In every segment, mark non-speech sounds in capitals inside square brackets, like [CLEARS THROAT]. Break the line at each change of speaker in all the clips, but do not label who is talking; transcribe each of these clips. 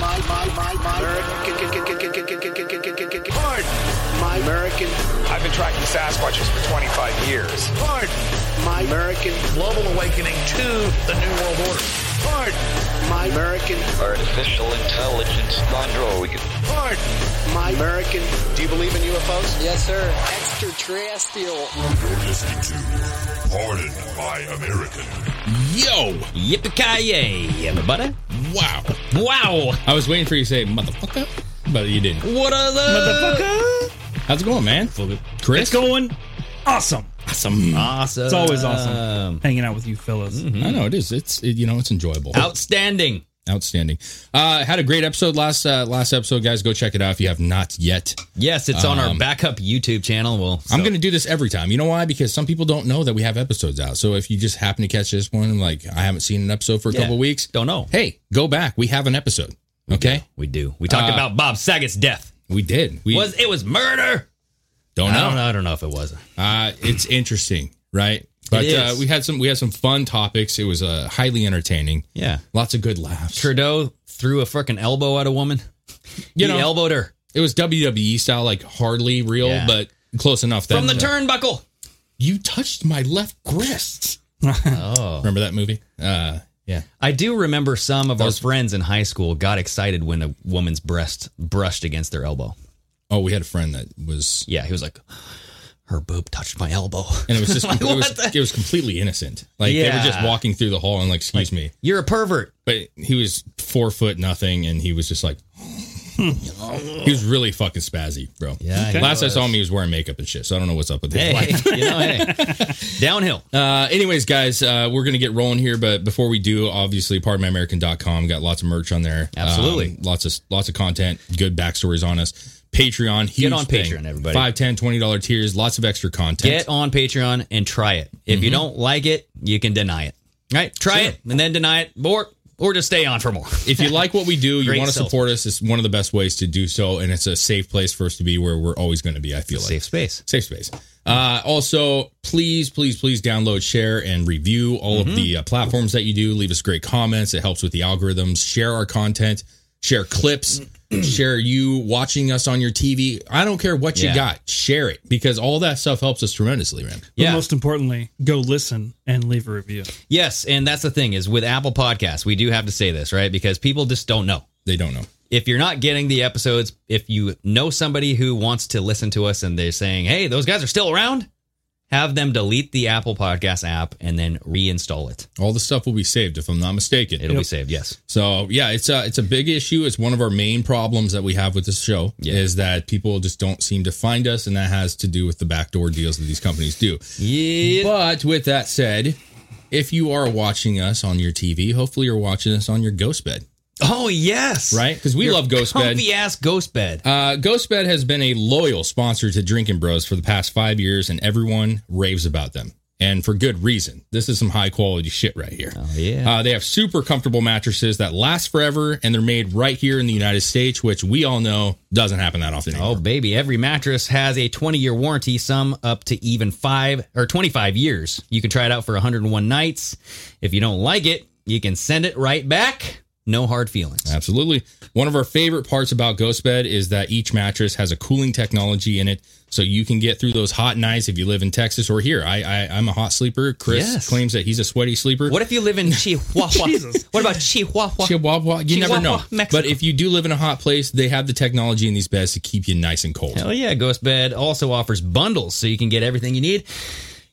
My, my, my, my American. Pardon. My American.
I've been tracking Sasquatches for 25 years.
Pardon. My American.
global awakening to the New World Order.
Pardon. My American.
Artificial intelligence android.
Pardon. My American.
Do you believe in UFOs?
Yes, sir. Extraterrestrial.
You're listening to Pardon My American.
Yo, yippee everybody.
Wow.
Wow.
I was waiting for you to say motherfucker, but you didn't.
What are the...
How's it going, man? Chris,
It's going awesome.
awesome.
Awesome.
It's always
Um,
awesome hanging out with you fellas.
I know it is. It's it, you know it's enjoyable.
Outstanding.
Outstanding. Uh, had a great episode last uh, last episode, guys. Go check it out if you have not yet.
Yes, it's on our backup YouTube channel. Well,
I'm going to do this every time. You know why? Because some people don't know that we have episodes out. So if you just happen to catch this one, like I haven't seen an episode for a
Yeah.
couple weeks,
[LAUGHS] Don't know.
Hey, go back. We have an episode. Okay,
We do. We talked
Uh,
about Bob Saget's death.
we did. We
was it was murder?
don't
I
know.
don't know. I don't know if it was.
Uh, it's interesting, right? But
It
uh,
is.
we had some we had some fun topics. It was uh, highly entertaining.
Yeah.
Lots of good laughs.
Trudeau threw a freaking elbow at a woman. [LAUGHS] You he
know-
elbowed her
It was WWE style, like hardly real,
Yeah.
but close enough. That,
from the
uh,
turnbuckle.
you touched my left wrist.
Oh.
Remember that movie? Uh, yeah.
I do remember some of our
was-
friends in high school got excited when a woman's breast brushed against their elbow.
Oh, we had a friend that was,
Yeah, he was like, her boob touched my [LAUGHS] elbow.
and it was just
Like,
it was
what the-
it was completely innocent. Like they were just
Yeah.
walking through the hall and like, excuse me,
You're a pervert.
but he was four foot nothing, and he was just
[LAUGHS]
like. He was really fucking spazzy, bro.
Yeah, he
Last I
was.
saw him, he was wearing makeup and shit. So I don't know what's up with his
Hey,
life.
you know, hey. [LAUGHS] Downhill.
Uh, anyways, guys, uh, we're going to get rolling here, but before we do, obviously, pardonmyamerican.com got lots of merch on there.
Absolutely.
Um, lots of lots of content, good backstories on us. Patreon, huge
Get on
thing.
Patreon, everybody.
Five, ten, twenty dollar tiers, lots of extra content.
Get on Patreon and try it. If you don't like it, you can deny it. Right? Try
Sure.
it and then deny it, or or just stay on for more.
if you like what we do, you
Great
want to
self.
support us, it's one of the best ways to do so, and it's a safe place for us to be where we're always going to be, I feel like.
Safe space.
safe space. Uh, also, please, please, please download, share, and review all
Mm-hmm.
of the uh, platforms that you do. Leave us great comments. It helps with the algorithms. Share our content,
[CLEARS THROAT]
share clips, share you watching us on your TV. I don't care what you
Yeah.
got, share it because all that stuff helps us tremendously, man.
But
Yeah.
most importantly, go listen and leave a review. [LAUGHS]
Yes, and that's the thing is with Apple Podcasts, we do have to say this, right? Because people just don't know.
They don't know.
If you're not getting the episodes, if you know somebody who wants to listen to us and they're saying, "Hey, those guys are still around," have them delete the Apple Podcast app and then reinstall it.
All the stuff will be saved if I'm not mistaken.
It'll be saved. Yes.
So yeah, it's a it's a big issue. It's one of our main problems that we have with this show
Yeah.
is that people just don't seem to find us, and that has to do with the backdoor deals that these companies do.
Yeah.
But with that said, if you are watching us on your TV, hopefully you're watching us on your ghost bed,
Oh yes.
right? Because we
Your
love Ghost Bed.
Comfy ass ghost bed.
Uh, Ghost Bed has been a loyal sponsor to Drinking Bros for the past five years, and everyone raves about them, and for good reason. This is some high quality shit right here.
Oh yeah.
Uh, they have super comfortable mattresses that last forever, and they're made right here in the United States, which we all know doesn't happen that often.
Oh
Anymore.
baby, every mattress has a 20-year warranty, some up to even 5 or 25 years. You can try it out for 101 nights. If you don't like it, you can send it right back. No hard feelings.
Absolutely. One of our favorite parts about Ghost Bed is that each mattress has a cooling technology in it, so you can get through those hot nights if you live in Texas or here. I, I I'm a hot sleeper. Chris
Yes.
claims that he's a sweaty sleeper.
What if you live in Chihuahua?
Jesus.
What about Chihuahua?
Chihuahua, you never know.
Chihuahua, Mexico.
But if you do live in a hot place, they have the technology in these beds to keep you nice and cold.
Hell yeah, Ghost Bed also offers bundles so you can get everything you need.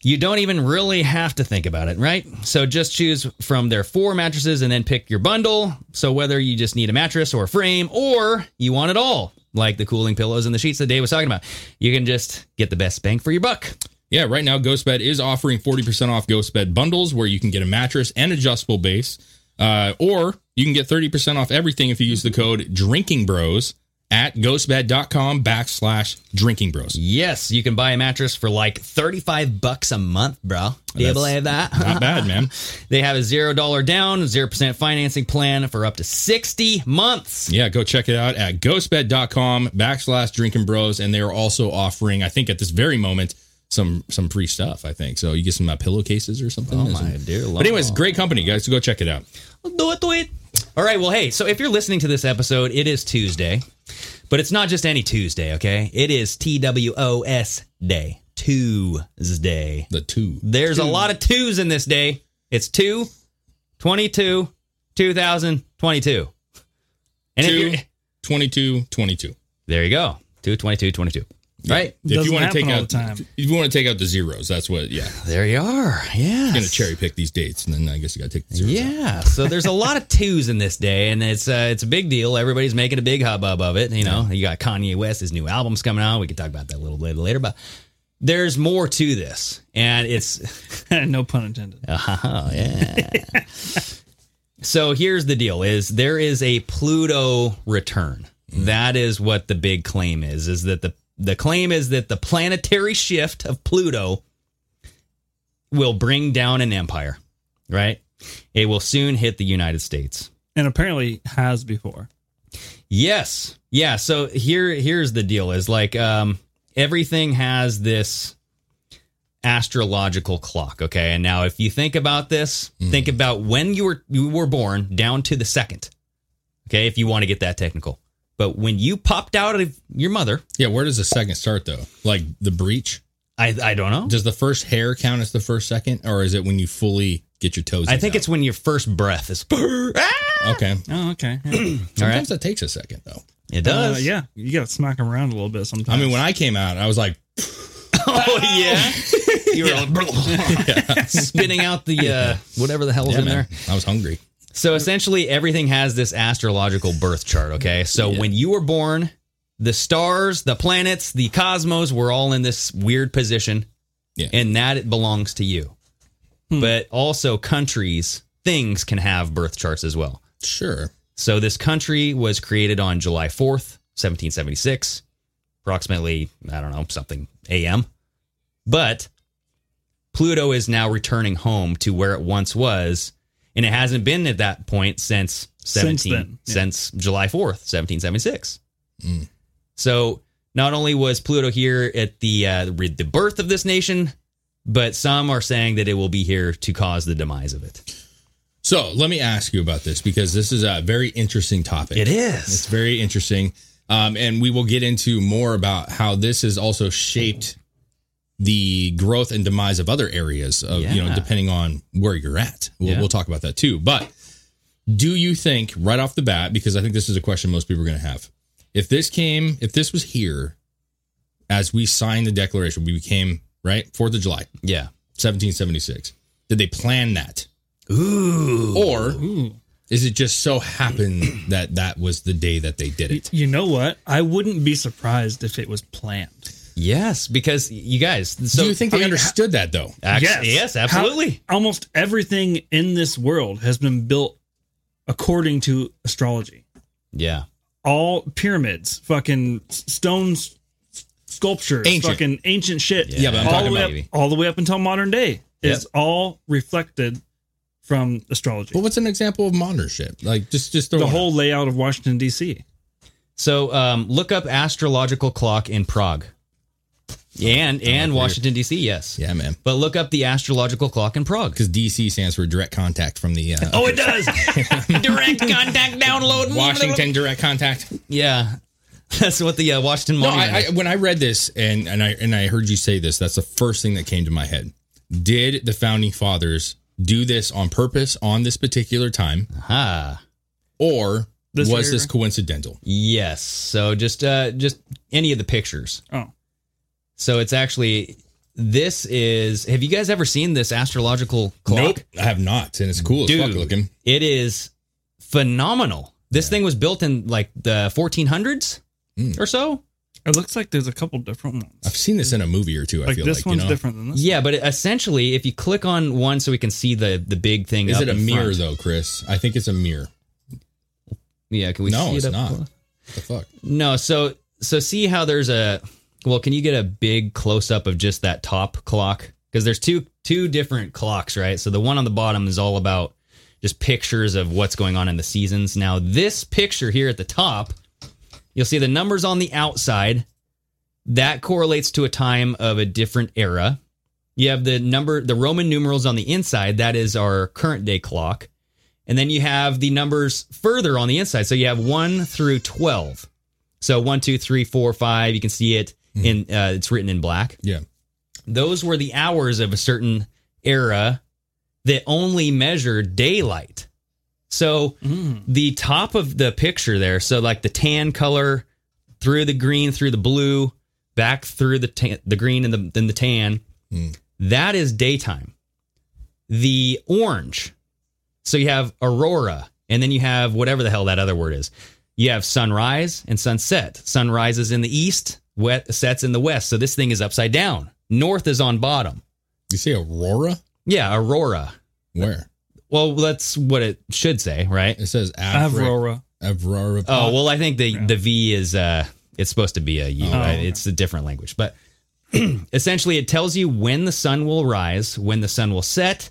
You don't even really have to think about it, right? So just choose from their four mattresses and then pick your bundle. So whether you just need a mattress or a frame or you want it all, like the cooling pillows and the sheets that Dave was talking about, you can just get the best bang for your buck.
Yeah, right now Ghostbed is offering 40% off Ghostbed bundles where you can get a mattress and adjustable base Uh, or you can get 30% off everything if you use the code drinking bros at ghostbed.com backslash drinking bros.
Yes, you can buy a mattress for like 35 bucks a month, bro. Do you
That's
believe that?
Not bad, man.
[LAUGHS] They have a $0 down, 0% financing plan for up to 60 months.
Yeah, go check it out at ghostbed.com backslash drinking bros. And they are also offering, I think at this very moment, some some free stuff, I think. So you get some uh, pillowcases or something.
Oh,
There's
my
some-
dear
But
Lord.
anyways, great company, guys. So go check it out.
Do it, do it. All right, well, hey, so if you're listening to this episode, it is Tuesday, but it's not just any Tuesday, okay? It is T W O S day, Tuesday.
The two.
There's a lot of twos in this day. It's 2 22 2022. And if
two,
you're-
22, 22.
there you go. 2 22 22. Right?
If you
Doesn't
want to
happen
take
all
out
the time.
if you want to take out the zeros, that's what yeah.
There you are. Yeah. [LAUGHS]
You're gonna cherry pick these dates and then I guess you gotta take the zeros. out.
Yeah, so there's a lot of twos in this day, and it's uh, it's a big deal. Everybody's making a big hubbub of it. You know, you got Kanye West, his new album's coming out. We can talk about that a little bit later, but there's more to this, and it's
no pun intended.
oh yeah. [LAUGHS] so here's the deal: is there is a Pluto return? That is what the big claim is. Is that the the claim is that the planetary shift of Pluto will bring down an empire, right? It will soon hit the United States.
And apparently has before.
Yes. Yeah. So here, here's the deal: is like um, everything has this astrological clock. Okay, and now if you think about this, think about when you were you were born down to the second. Okay, if you want to get that technical, but when you popped out of your mother,
Yeah, where does the second start though? Like the breach?
I I don't know.
Does the first hair count as the first second, or is it when you fully get your toes?
I think it's when your first breath is. [LAUGHS] Ah!
okay.
Oh,
[CLEARS THROAT]
okay. Yeah.
Sometimes that takes a second though.
It
Uh,
does.
yeah. You got to smack him around a little bit sometimes.
I mean, when I came out, I
[LAUGHS]
was like, [LAUGHS]
Oh yeah. [LAUGHS] You were like, [LAUGHS] spitting out the uh, whatever the hell was
yeah,
in there.
man, I was hungry.
So essentially, everything has this astrological birth chart. Okay, so when you were born, the stars, the planets, the cosmos were all in this weird position,
Yeah.
and that it belongs to you. But also, countries, things can have birth charts as well.
Sure.
So this country was created on July fourth, seventeen seventy six, approximately I don't know something a.m. But Pluto is now returning home to where it once was, and it hasn't been at that point since
Since
seventeen since,
then, yeah.
July fourth, seventeen seventy six. Hmm. So not only was Pluto here at the uh, re- the birth of this nation, but some are saying that it will be here to cause the demise of it.
So let me ask you about this because this is a very interesting topic.
It is.
It's very interesting, um, and we will get into more about how this has also shaped the growth and demise of other areas of you know
Yeah.
depending on where you're at. We'll,
Yeah.
we'll talk about that too. But do you think right off the bat? Because I think this is a question most people are going to have. If this came, if this was here, as we signed the declaration, we became right Fourth of July,
Yeah.
1776. Did they plan that?
Ooh.
Or is it just so happened that that was the day that they did
Y-
it?
you know what? I wouldn't be surprised if it was planned.
Yes, because you guys. So
Do you think they
I mean,
understood that though?
Ax- yes. absolutely.
How- almost everything in this world has been built according to astrology.
yeah.
All pyramids, fucking s- stones, sculptures,
Ancient.
fucking ancient shit.
Yeah,
but I'm
all
talking
the way
about-
up, all the way up until modern day is all reflected from astrology.
But what's an example of modern shit? Like just just throw
the
one out.
whole layout of Washington D.C.
So um, look up astrological clock in Prague, and and Washington D.C. Yes.
Oh, Yeah, man.
But look up the astrological clock in Prague.
Because DC stands for direct contact from the uh,
Oh, it does. Direct contact download.
Washington direct contact.
Yeah, [LAUGHS] that's what the uh, Washington
No,
Monument.
I,
is.
I, when I read this and and I and I heard you say this, that's the first thing that came to my head. Did the founding fathers do this on purpose on this particular time,
Ah.
or
This
was
year.
this coincidental?
Yes. So just uh just any of the pictures.
Oh,
So it's actually this is. Have you guys ever seen this astrological clock?
Nope, I have not, and it's cool as fuck looking.
It is
Hmm.
phenomenal. This thing was built in like the 1400s or so.
[LAUGHS] It looks like there's a couple different ones.
I've seen this in a movie or two. I
Like,
feel
this
like
one's
you know?
different than this.
Yeah, but essentially, if you click on one so we can see the the big thing,
Is
up
it a
in
mirror
front-
though, Chris? I think it's a mirror.
Yeah, can we?
no,
see
it's
it up
not.
close?
The fuck?
No, so so see how there's a well, can you get a big close up of just that top clock? Because there's two two different clocks, right? So the one on the bottom is all about just pictures of what's going on in the seasons. Now this picture here at the top, you'll see the numbers on the outside. That correlates to a time of a different era. You have the number, the Roman numerals on the inside. That is our current day clock. And then you have the numbers further on the inside. So you have one through 12. So one, two, three, four, five. You can see it in, uh, it's written in black.
Yeah.
Those were the hours of a certain era that only measured daylight. So the top of the picture there, so like the tan color through the green, through the blue, back through the tan, the green and the then the tan, that is daytime. The orange, so you have aurora, and then you have whatever the hell that other word is. You have sunrise and sunset. Sunrise is in the east, wet sets in the west. So this thing is upside down. North is on bottom.
You say aurora?
Yeah, aurora.
Where?
Well, that's what it should say, right?
It says Afri-
Aurora.
Aurora.
Oh well, I think the the V is uh, it's supposed to be a U. right? It's a different language, but [CLEARS THROAT] essentially, it tells you when the sun will rise, when the sun will set.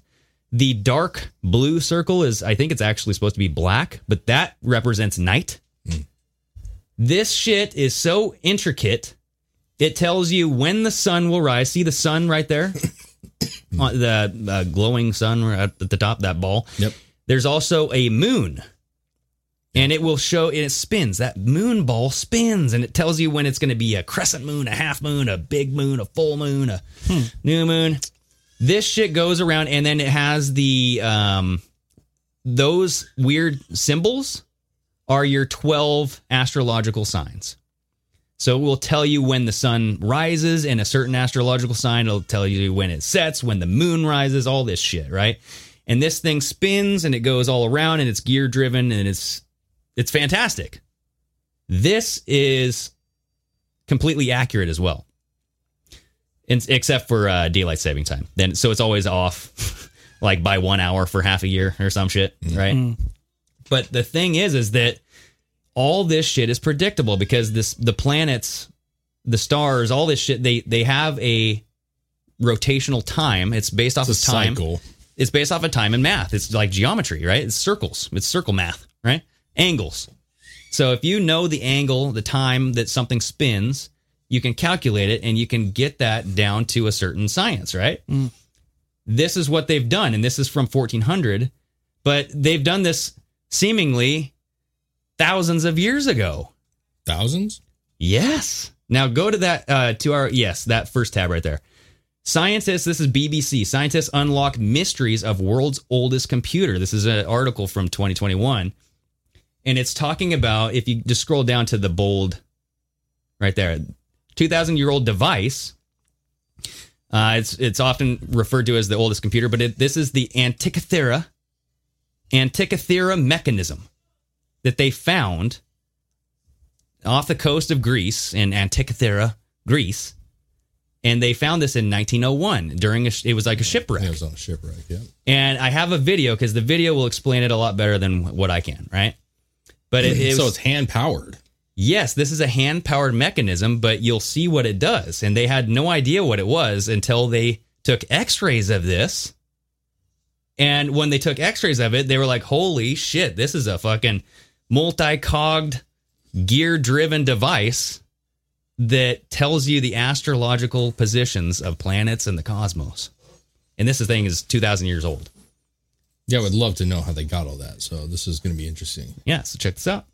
The dark blue circle is, I think, it's actually supposed to be black, but that represents night. This shit is so intricate. It tells you when the sun will rise. See the sun right there, Uh, the uh, glowing sun right at the top that ball.
Yep.
There's also a moon and it will show it spins that moon ball spins and it tells you when it's going to be a crescent moon a half moon a big moon a full moon a new moon this shit goes around and then it has the um those weird symbols are your 12 astrological signs so it will tell you when the sun rises in a certain astrological sign. It'll tell you when it sets, when the moon rises, all this shit, right? And this thing spins and it goes all around and it's gear driven and it's it's fantastic. This is completely accurate as well. And, except for uh, daylight saving time. Then so it's always off [LAUGHS] like by 1 hour for half a year or some shit,
Mm-hmm.
right? But the thing is is that all this shit is predictable because this the planets the stars all this shit they they have a rotational time it's based off
It's a
of time
cycle.
it's based off of time and math it's like geometry right it's circles it's circle math right angles so if you know the angle the time that something spins you can calculate it and you can get that down to a certain science right this is what they've done and this is from 1400 but they've done this seemingly thousands of years ago
Thousands?
Yes. Now go to that uh, to our yes that first tab right there. Scientists, this is BBC. Scientists unlock mysteries of world's oldest computer. This is an article from 2021, and it's talking about if you just scroll down to the bold, right there, 2,000 year old device. Uh, it's it's often referred to as the oldest computer, but it, this is the Antikythera, Antikythera mechanism that they found off the coast of Greece in Antikythera, Greece, and they found this in 1901 during a sh- it was like a shipwreck.
It was on a shipwreck. Yeah.
And I have a video because the video will explain it a lot better than what I can, right? But it, it
so
was-
it's hand powered.
yes, this is a hand powered mechanism, but you'll see what it does. And they had no idea what it was until they took x rays of this. And when they took x rays of it, they were like, holy shit, this is a fucking multi cogged, gear driven device that tells you the astrological positions of planets and the cosmos. And this thing is 2,000 years old.
Yeah, I would love to know how they got all that. So this is going to be interesting.
Yeah, so check this out.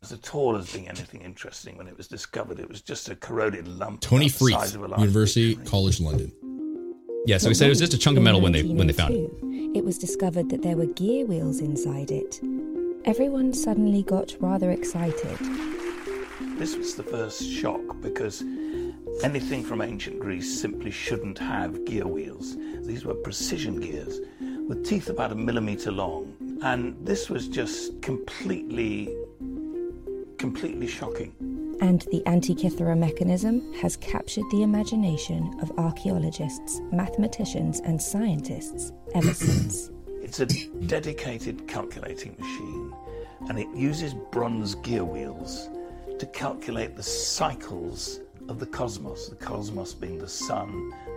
was at all as being anything interesting when it was discovered. It was just a corroded lump.
Tony
about the
Freeth,
size of a large
University College London.
Yeah, so we said it was just a chunk of metal when they when they found it.
it. It was discovered that there were gear wheels inside it. Everyone suddenly got rather excited.
This was the first shock because anything from ancient Greece simply shouldn't have gear wheels. These were precision gears with teeth about a millimeter long. And this was just completely, completely shocking.
and the Antikythera mechanism has captured the imagination of archaeologists, mathematicians, and scientists ever since.
It's a dedicated calculating machine, and it uses bronze gear wheels to calculate the cycles of the cosmos, the cosmos being the sun,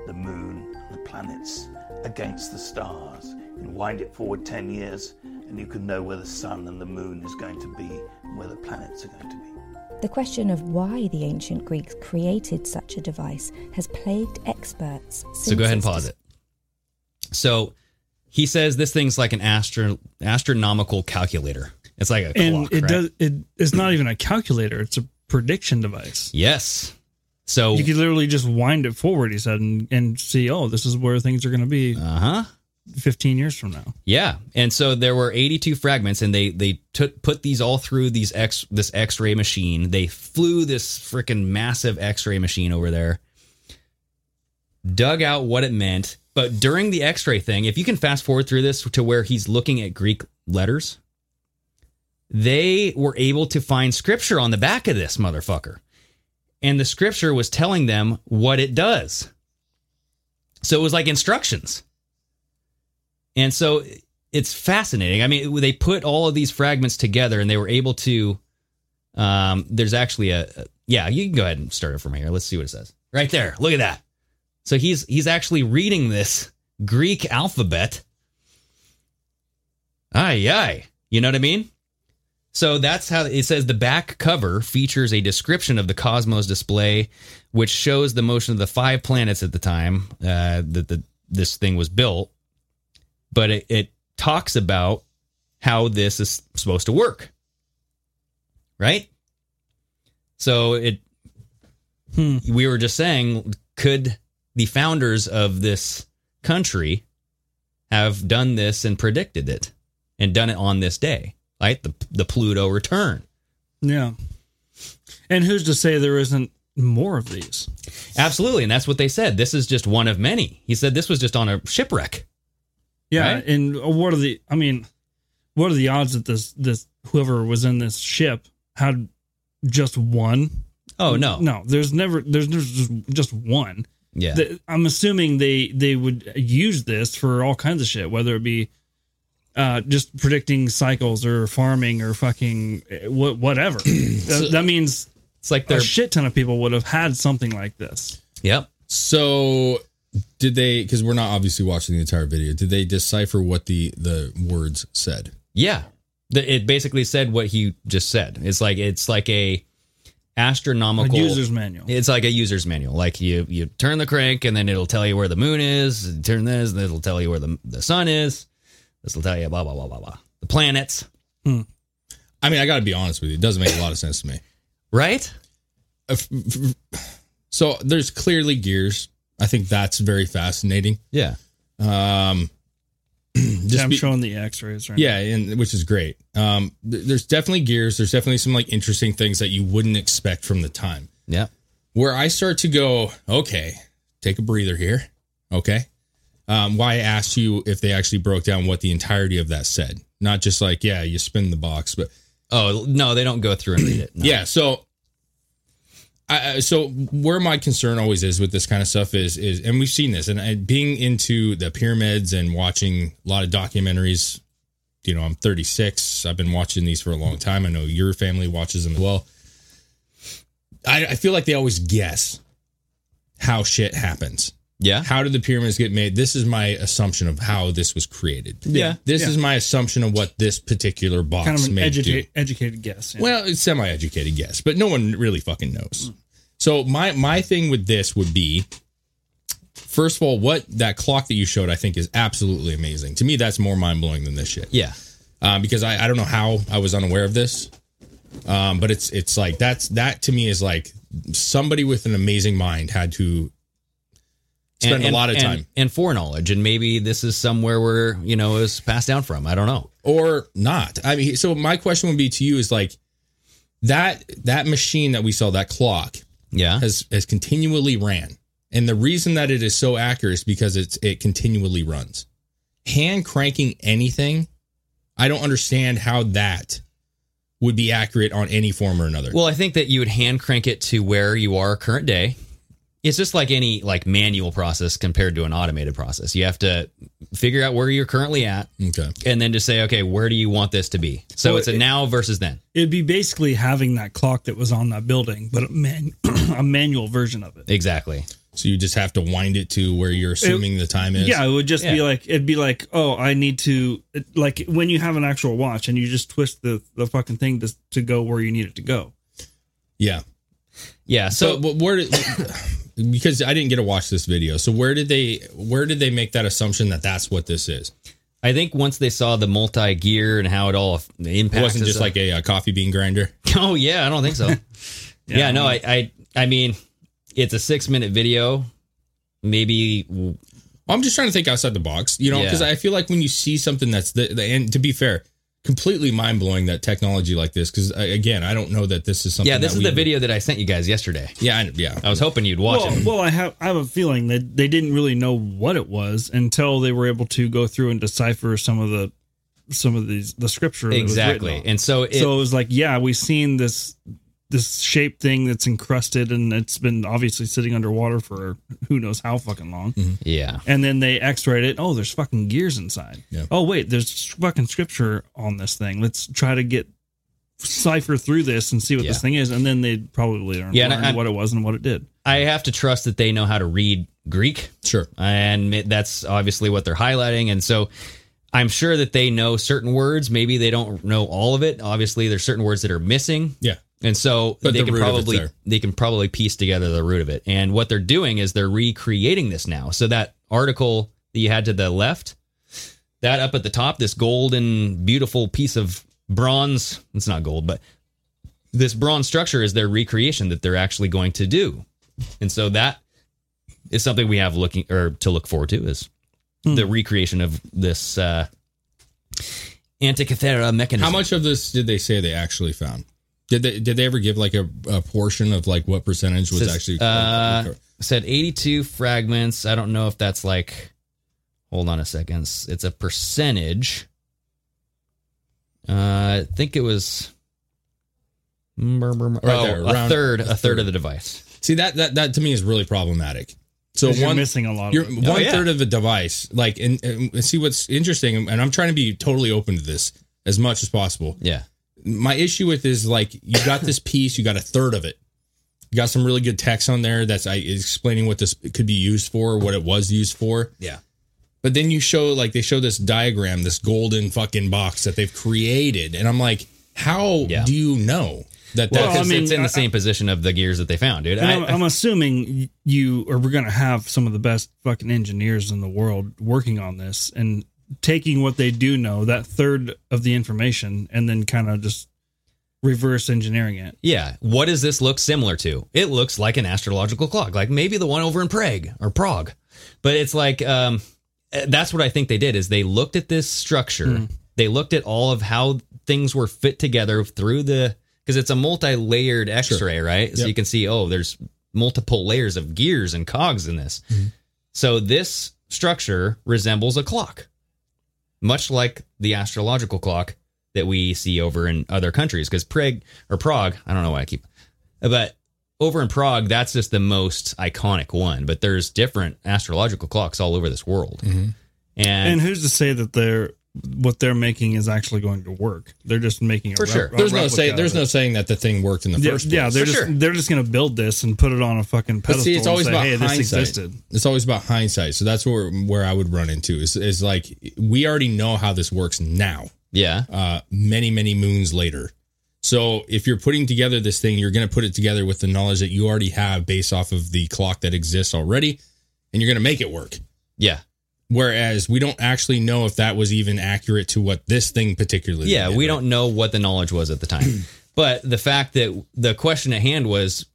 the moon, the planets against the stars. You can wind it forward 10 years, and you can know where the sun and the moon is going to be, and where the planets are going to be.
The question of why the ancient Greeks created such a device has plagued experts.
So go ahead and pause it. So he says this thing's like an astro- astronomical calculator. It's like a
and
clock,
it
right?
does. It, it's not even a calculator; it's a prediction device.
Yes. So
you could literally just wind it forward. He said, and, and see, oh, this is where things are going to be. Uh
huh.
Fifteen years from now.
Yeah, and so there were 82 fragments, and they they took put these all through these x this X-ray machine. They flew this freaking massive X-ray machine over there, dug out what it meant. But during the X-ray thing, if you can fast forward through this to where he's looking at Greek letters, they were able to find scripture on the back of this motherfucker, and the scripture was telling them what it does. So it was like instructions. And so it's fascinating. I mean, they put all of these fragments together and they were able to. Um, there's actually a, a- yeah, you can go ahead and start it from here. Let's see what it says. Right there. Look at that. So he's he's actually reading this Greek alphabet. Aye, aye. You know what I mean? So that's how it says the back cover features a description of the cosmos display, which shows the motion of the five planets at the time uh, that the, this thing was built but it, it talks about how this is supposed to work. Right? So it
Hmm.
we were just saying could the founders of this country have done this and predicted it and done it on this day, right? The the Pluto return.
Yeah. And who's to say there isn't more of these?
Absolutely, and that's what they said. This is just one of many. He said this was just on a shipwreck.
Yeah,
Right?
and what are the? I mean, what are the odds that this this whoever was in this ship had just one?
Oh, no.
no. There's never there's never just just one.
Yeah.
The- I'm assuming they they would use this for all kinds of shit, whether it be uh, just predicting cycles or farming or fucking eh,
[CLEARS THROAT]
wha- whatever. that, that means
it's like
a
they're-
shit ton of people would have had something like this.
Yep.
So did they? Because we're not obviously watching the entire video. Did they decipher what the the words said?
Yeah. The- It basically said what he just said. It's like it's like a astronomical
A user's manual.
It's like a user's manual. Like you you turn the crank and then it'll tell you where the moon is. Turn this, and it'll tell you where the the sun is. This will tell you blah blah blah blah blah. The planets.
I mean, I got to be honest with you. It doesn't make a lot of sense to me.
Right?
Uh, f- f- So there's clearly gears. I think that's very fascinating.
Yeah.
Um, [CLEARS THROAT] just
Yeah, I'm
be-
showing the X-rays right.
yeah, and which is great. Um, th- there's definitely gears. There's definitely some like interesting things that you wouldn't expect from the time.
Yeah.
Where I start to go, okay, take a breather here. Okay. Um, why I asked you if they actually broke down what the entirety of that said, not just like, yeah, you spin the box, but
oh no, they don't go through and
[CLEARS THROAT]
read it.
Yeah. So, I, I- so where my concern always is with this kind of stuff is is, and we've seen this, and I, being into the pyramids and watching a lot of documentaries. You know, I'm 36. I've been watching these for a long time. I know your family watches them as well. I, I feel like they always guess how shit happens.
Yeah.
How did the pyramids get made? This is my assumption of how this was created.
Yeah.
This
Yeah.
is my assumption of what this particular box
Kind of an
may do.
educate, educated guess. yeah.
Well, it's semi-educated guess, but no one really fucking knows. So my my thing with this would be first of all, what that clock that you showed, I think, is absolutely amazing. To me, that's more mind blowing than this shit.
Yeah.
Um, because I, I don't know how I was unaware of this. Um, but it's it's like that's that to me is like somebody with an amazing mind had to spend
And-
a
and-
lot of
and-
time.
and foreknowledge, and maybe this is somewhere where you know it was passed down from. I don't know.
or not. I mean, so my question would be to you is like that that machine that we saw that clock,
yeah,
has has continually ran, and the reason that it is so accurate is because it's it continually runs. Hand cranking anything, I don't understand how that would be accurate on any form or another.
Well, I think that you would hand crank it to where you are current day. It's just like any like manual process compared to an automated process. You have to figure out where you're currently at,
okay.
and then just say, okay, where do you want this to be? So
Well,
it's a
it-
now versus then.
It'd be basically having that clock that was on that building, but a, man- [CLEARS THROAT] a manual version of it.
Exactly.
So you just have to wind it to where you're assuming the time is.
Yeah, it would just be
Yeah.
like it'd be like, oh, I need to it- like when you have an actual watch and you just twist the the fucking thing to to go where you need it to go.
Yeah.
Yeah.
So but where did [COUGHS] because I didn't get to watch this video. So where did they where did they make that assumption that that's what this is?
I think once they saw the multi gear and how it all impacts,
It wasn't just
us-
like a, uh coffee bean grinder.
[LAUGHS] Oh yeah, I don't think
[LAUGHS]
so. yeah,
Yeah,
no,
I
I, I I mean, it's a six minute video. Maybe
I'm just trying to think outside the box, you know,
Yeah.
because I feel like when you see something that's the, the and to be fair, completely mind blowing that technology like this. Because again, I don't know that this is something.
yeah, this
is
is the Oh. video that I sent you guys yesterday.
Yeah, I, yeah.
I was hoping you'd watch
well,
it.
well, I have I have a feeling that they didn't really know what it was until they were able to go through and decipher some of the some of these the scripture that was written
Exactly.
on.
And so it-
so it was like, yeah, we've seen this this shape thing that's encrusted and it's been obviously sitting underwater for who knows how fucking long.
Mm-hmm. Yeah.
And then they x-rayed it. Oh, there's fucking gears inside. Oh, wait, there's fucking scripture on this thing. Let's try to get cipher through this and see what this
Yeah.
thing is. And then they probably learn,
Yeah, and
learn
I-
what it was and what it did.
I have to trust that they know how to read Greek.
Sure.
And it- that's obviously what they're highlighting. And so I'm sure that they know certain words. Maybe they don't know all of it. Obviously, there's certain words that are missing.
Yeah.
And so
But
they
the
can
root of it's
probably
there.
they can probably piece together the root of it. And what they're doing is they're recreating this now. So that article that you had to the left, that up at the top, this golden beautiful piece of bronze, it's not gold, but this bronze structure is their recreation that they're actually going to do. And so that is something we have looking or to look forward to is
Hmm.
the recreation of this uh Antikythera mechanism.
How much of this did they say they actually found? Did they did they ever give like a, a portion of like what percentage was
Says,
actually?
uh, said 82 fragments. I don't know if that's like hold on a second. It's a percentage. Uh I think it was
Right
oh,
there,
a
around-
third,
a
a third,
third.
of the device.
See that that that to me is really problematic. So
'Cause you're
one
missing a lot of
You're
it.
one third
Oh, yeah.
of a device. Like and, and see what's interesting, and I'm trying to be totally open to this as much as possible.
Yeah.
My issue with is like you
[LAUGHS]
got this piece, you got a third of it. You got some really good text on there that's I, explaining what this could be used for, what it was used for.
Yeah.
But then you show like they show this diagram, this golden fucking box that they've created, and I'm like, how do you know that
Well,
that's
I mean, it's in the same position of the gears that they found, dude.
And
I,
I'm,
[LAUGHS]
I, am assuming you or we're going to have some of the best fucking engineers in the world working on this and taking what they do know, that third of the information, and then kind of just reverse engineering it.
Yeah. What does this look similar to? It looks like an astrological clock, like maybe the one over in Prague or Prague. But it's like um eh, that's what I think they did is they looked at this structure. They looked at all of how things were fit together through the because it's a multi-layered x-ray, right? So
Yep.
you can see oh, there's multiple layers of gears and cogs in this. So this structure resembles a clock, much like the astrological clock that we see over in other countries. Because Prague or Prague, I don't know why I keep, but over in Prague, that's just the most iconic one. But there's different astrological clocks all over this world,
And,
and,
who's to say that they're what they're making is actually going to work? They're just making it
For sure.
there's no say there's no saying that the thing worked in the
yeah,
first place.
yeah, they're just they're just going to build this and put it on a fucking
But
pedestal.
see, it's
and
always
say,
about
hey, this
hindsight.
existed.
It's always about hindsight. So that's where where I would run into is is like we already know how this works now.
Yeah.
Uh, many many moons later. So if you're putting together this thing, you're going to put it together with the knowledge that you already have based off of the clock that exists already, and you're going to make it work.
yeah,
Whereas we don't actually know if that was even accurate to what this thing particularly.
yeah,
did.
we don't know what the knowledge was at the time, but the fact that the question at hand was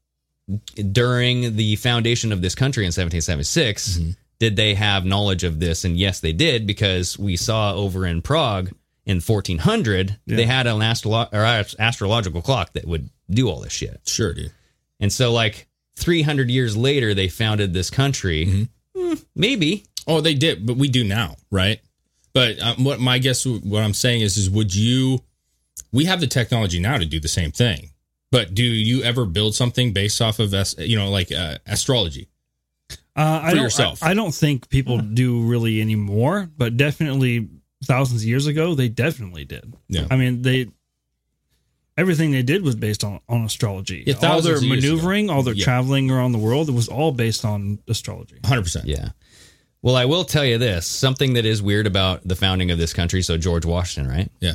during the foundation of this country in 1776, did they have knowledge of this? And yes, they did because we saw over in Prague in 1400 they
Yeah.
had an astro- or ast- astrological clock that would do all this shit.
Sure, dude.
And so, like 300 years later, they founded this country. Mm, maybe.
Oh, they did, uh, but we do now, right? But um, what my guess, what I'm saying is, is would you we have the technology now to do the same thing. But do you ever build something based off of, as- you know, like uh, astrology?
Uh, I
For
don't-
yourself.
I, I don't think people
Uh-huh.
do really anymore, but definitely thousands of years ago, they definitely did.
Yeah.
I mean, they everything they did was based on, on astrology.
Yeah,
all
thousands
their
of years ago.
maneuvering, all their
Yeah.
traveling around the world, it was all based on astrology.
100%.
Yeah. Well, I will tell you this something that is weird about the founding of this country. So, George Washington, right?
Yeah.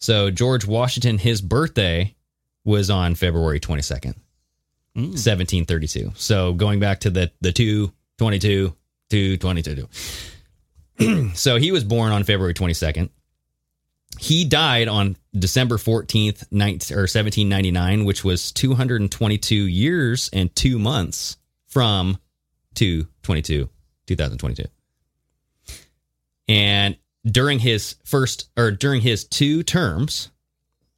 So, George Washington, his birthday was on February 22nd, 1732. So, going back to the, the 2, 22, 2, 22. [CLEARS THROAT] so, he was born on February 22nd. He died on December 14th, 19, or 1799, which was 222 years and two months from 2 22, 2022. And during his first or during his two terms,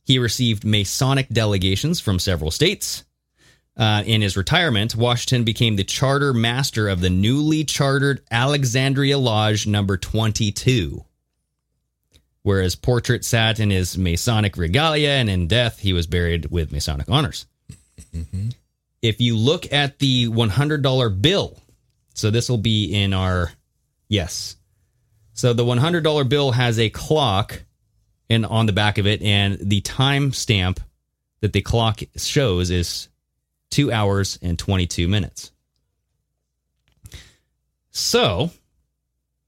he received Masonic delegations from several states. Uh, in his retirement, Washington became the charter master of the newly chartered Alexandria Lodge number 22, where his portrait sat in his Masonic regalia, and in death, he was buried with Masonic honors if you look at the $100 bill, so this will be in our yes. So the $100 bill has a clock and on the back of it and the time stamp that the clock shows is 2 hours and 22 minutes. So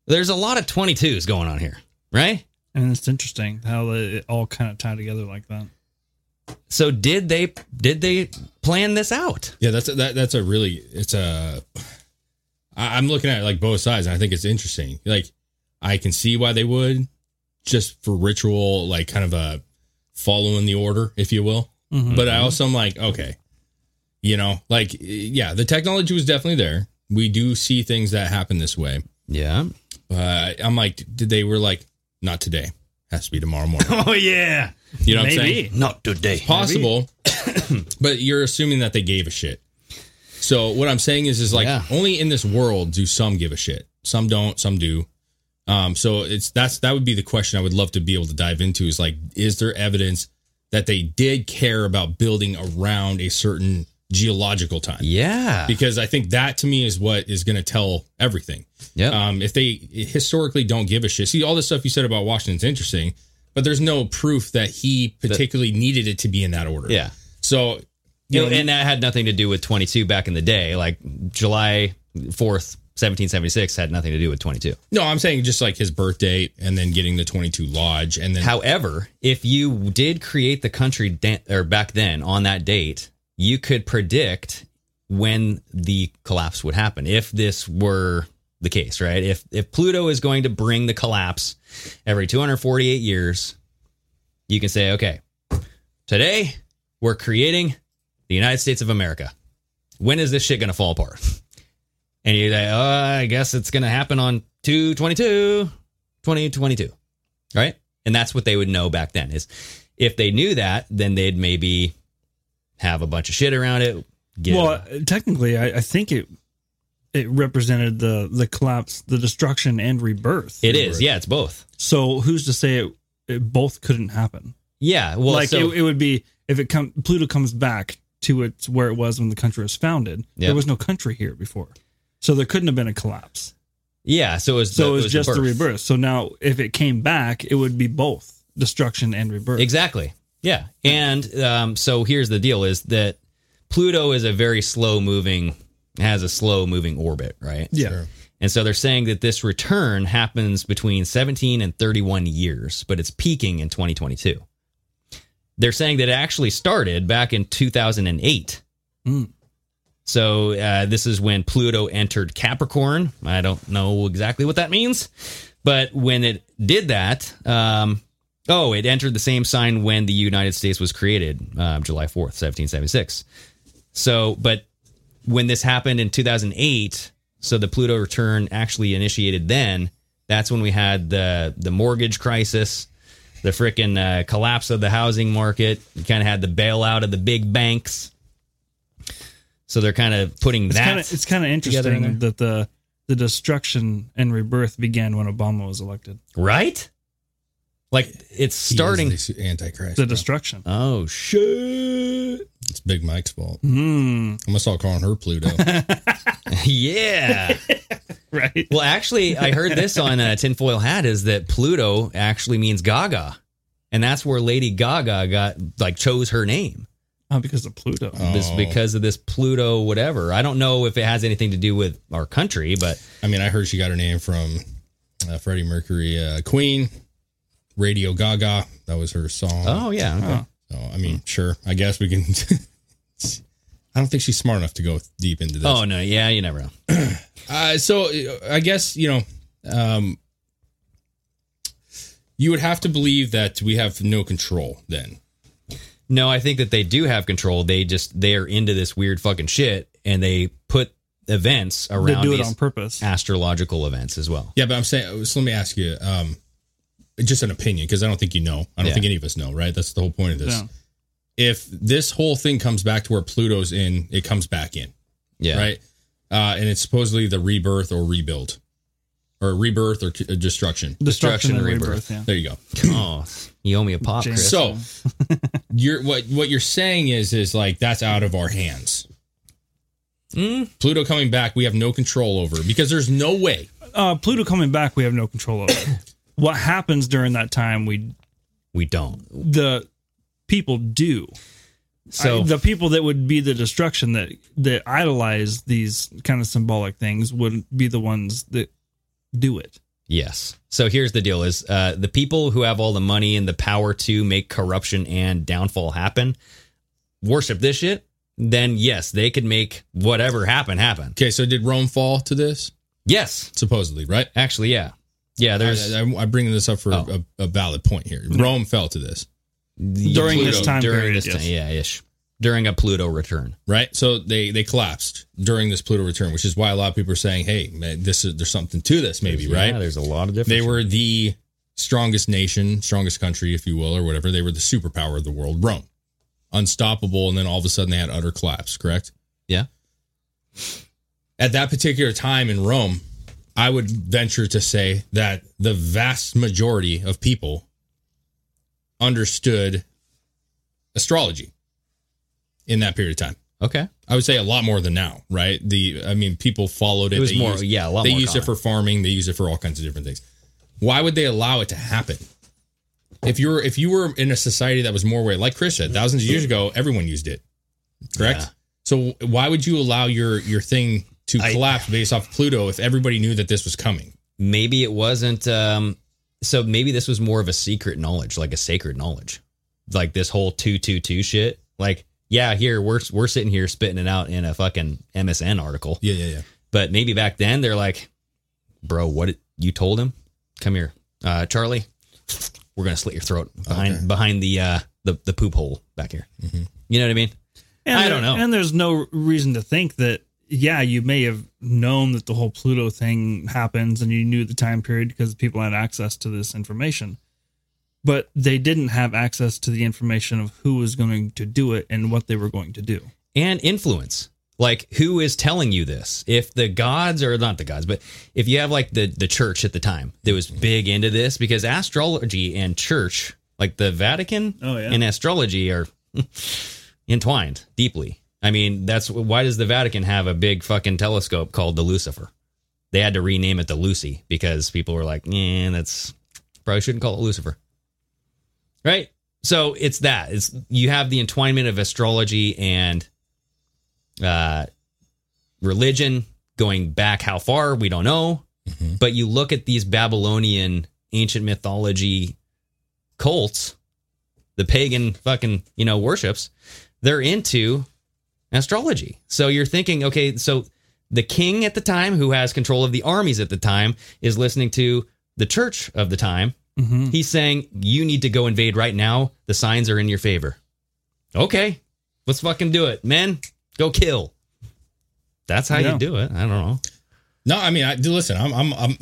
there's a lot of 22s going on here, right?
And it's interesting how they- it all kind of tie together like
[LAUGHS]
that.
So did they did they plan this out?
Yeah, that's a, that, that's a really it's a. I, I'm looking at it like both sides, and I think it's interesting. Like, I can see why they would, just for ritual, like kind of a following the order, if you will.
Mhm.
But I also am like, okay, you know, like yeah, the technology was definitely there. We do see things that happen this way.
Yeah,
uh, I'm like, did they were like, not today, has to be tomorrow morning.
Oh yeah.
You know what I'm saying?
Not today.
It's possible, [COUGHS] but you're assuming that they gave a shit. So what I'm saying is, is like only in this world do some give a shit. Some don't. Some do. Um, so it's that's that would be the question I would love to be able to dive into is like, is there evidence that they did care about building around a certain geological time?
Yeah.
because I think that to me is what is going to tell everything.
Yeah.
Um, if they historically don't give a shit, see all the stuff you said about Washington's interesting, but there's no proof that he particularly needed it to be in that order.
Yeah.
So,
You know, and that had nothing to do with 22 back in the day. Like July 4th, 1776 had nothing to do with 22.
no, I'm saying just like his birth date and then getting the 22 lodge and then
However, if you did create the country da- or back then on that date, you could predict when the collapse would happen if this were the case, right? If if Pluto is going to bring the collapse every 248 years, you can say, okay, today we're creating the United States of America. When is this shit going to fall apart? [LAUGHS] And you're like, oh, I guess it's going to happen on 222, 2022. Right. And that's what they would know back then is if they knew that, then they'd maybe have a bunch of shit around it. Get
well, technically, I, I think it it represented the the collapse, the destruction, and rebirth.
it is. Yeah. It's both.
So who's to say it, it both couldn't happen?
Yeah. Well,
like
so-
it, it would be if it come Pluto comes back to its where it was when the country was founded.
Yeah.
There was no country here before, so there couldn't have been a collapse.
yeah. So it was,
So it was, just
the
the
birth.
rebirth. So now, if it came back, it would be both destruction and rebirth.
Exactly. Yeah. And um, so here's the deal is that Pluto is a very slow moving, has a slow moving orbit, right?
Yeah. Sure.
And so they're saying that this return happens between 17 and 31 years, but it's peaking in 2022. They're saying that it actually started back in 2008.
Mm.
So uh, this is when Pluto entered Capricorn. I don't know exactly what that means, but when it did that, um, oh, it entered the same sign when the United States was created, um, July fourth, seventeen seventy six. So, but when this happened in two thousand eight, so the Pluto return actually initiated then. That's when we had the the mortgage crisis, the freaking uh, collapse of the housing market. You kind of had the bailout of the big banks. So they're kind of putting
It's
that.
kind of it's kind of
together in
interesting that the the destruction and rebirth began when Obama was elected.
Right? Like it's starting
the Antichrist.
The destruction.
Oh shit!
It's Big Mike's fault.
Mm.
I'm gonna start calling her
[LAUGHS]
Pluto. [LAUGHS]
yeah.
right.
Well, actually, I heard this on uh, Tinfoil Hat is that Pluto actually means Gaga, and that's where Lady Gaga got like chose her name.
Oh, because of Pluto.
Oh.
This because of this Pluto whatever. I don't know if it has anything to do with our country, but
I mean, I heard she got her name from uh, Freddie Mercury, uh, Queen, Radio Gaga. That was her song.
Oh, yeah, okay.
So I mean, sure. I guess we can. [LAUGHS] I don't think she's smart enough to go deep into this.
oh no, yeah, you never know.
Uh, so uh, I guess you know, um, you would have to believe that we have no control. Then
No, I think that they do have control. They just they're into this weird fucking shit, and they put events around
do it
these
on purpose.
astrological events as well.
Yeah, but I'm saying. uh, So let me ask you, um, just an opinion, because I don't think you know. I don't
Yeah.
think any of us know, right? That's the whole point of this.
No.
If this whole thing comes back to where Pluto's in, it comes back in,
Yeah.
right? Uh, and it's supposedly the rebirth or rebuild, or rebirth or c- uh, destruction.
Destruction and rebirth, yeah.
There you go.
Oh, you owe me a pop, Chris.
So
[LAUGHS]
you're what what you're saying is is like that's out of our hands.
Hmm?
Pluto coming back, we have no control over because there's no way.
Uh, Pluto coming back, we have no control over.
[COUGHS]
what happens during that time, we
we don't.
the people do.
So
I- the people that would be the destruction that that idolize these kind of symbolic things would be the ones that do it.
yes. So here's the deal: is uh, the people who have all the money and the power to make corruption and downfall happen worship this shit. Then yes, they could make whatever happen happen.
Okay, so did Rome fall to this?
Yes,
Supposedly, right?
actually, yeah, yeah. There's
I, I, am bringing this up for
Oh.
a, a valid point here. Rome fell to this,
During this time
during
period,
this
yes.
time, yeah, ish, during a Pluto return.
right? So they they collapsed during this Pluto return, which is why a lot of people are saying, "Hey, man, this is there's something to this, maybe, right?"
Yeah, there's a lot of different.
They were the strongest nation, strongest country, if you will, or whatever. They were the superpower of the world, Rome. Unstoppable. And then all of a sudden they had utter collapse, correct?
yeah.
At that particular time in Rome, I would venture to say that the vast majority of people understood astrology in that period of time.
Okay.
I would say a lot more than now, right? The I mean, people followed it.
It was
They
more-
used-
yeah, a lot
They
more
use it
common.
for farming. They use it for all kinds of different things. Why would they allow it to happen? If you're if you were in a society that was more way like Chris said, thousands of years ago, everyone used it, correct?
Yeah.
So why would you allow your your thing to
I-
collapse based off Pluto if everybody knew that this was coming?
maybe it wasn't um so maybe this was more of a secret knowledge like a sacred knowledge like this whole 222 shit like yeah here we're we're sitting here spitting it out in a fucking MSN article
Yeah, yeah, yeah.
but maybe back then they're like bro what it, you told him come here uh Charlie we're going to slit your throat behind behind the uh the the poop hole back here you know what i mean
And
I
there-
don't know.
And there's no reason to think that yeah, you may have known that the whole Pluto thing happens and you knew the time period because people had access to this information. But they didn't have access to the information of who was going to do it and what they were going to do.
and influence. Like who is telling you this? If the gods or not the gods, but if you have like the the church at the time that was big into this because astrology and church, like the Vatican
Oh, yeah.
and astrology are [LAUGHS] entwined deeply. I mean, that's why does the Vatican have a big fucking telescope called the Lucifer? They had to rename it the Lucy because people were like, "Yeah, that's probably shouldn't call it Lucifer." Right? So it's that. It's you have the entwinement of astrology and uh, religion going back how far we don't know but you look at these babylonian ancient mythology cults the pagan fucking you know worships they're into astrology so you're thinking okay so the king at the time who has control of the armies at the time is listening to the church of the time he's saying you need to go invade right now the signs are in your favor okay let's fucking do it men go kill that's how
Yeah.
you do it i don't know
No, I mean, I do listen. I'm, I'm, I'm,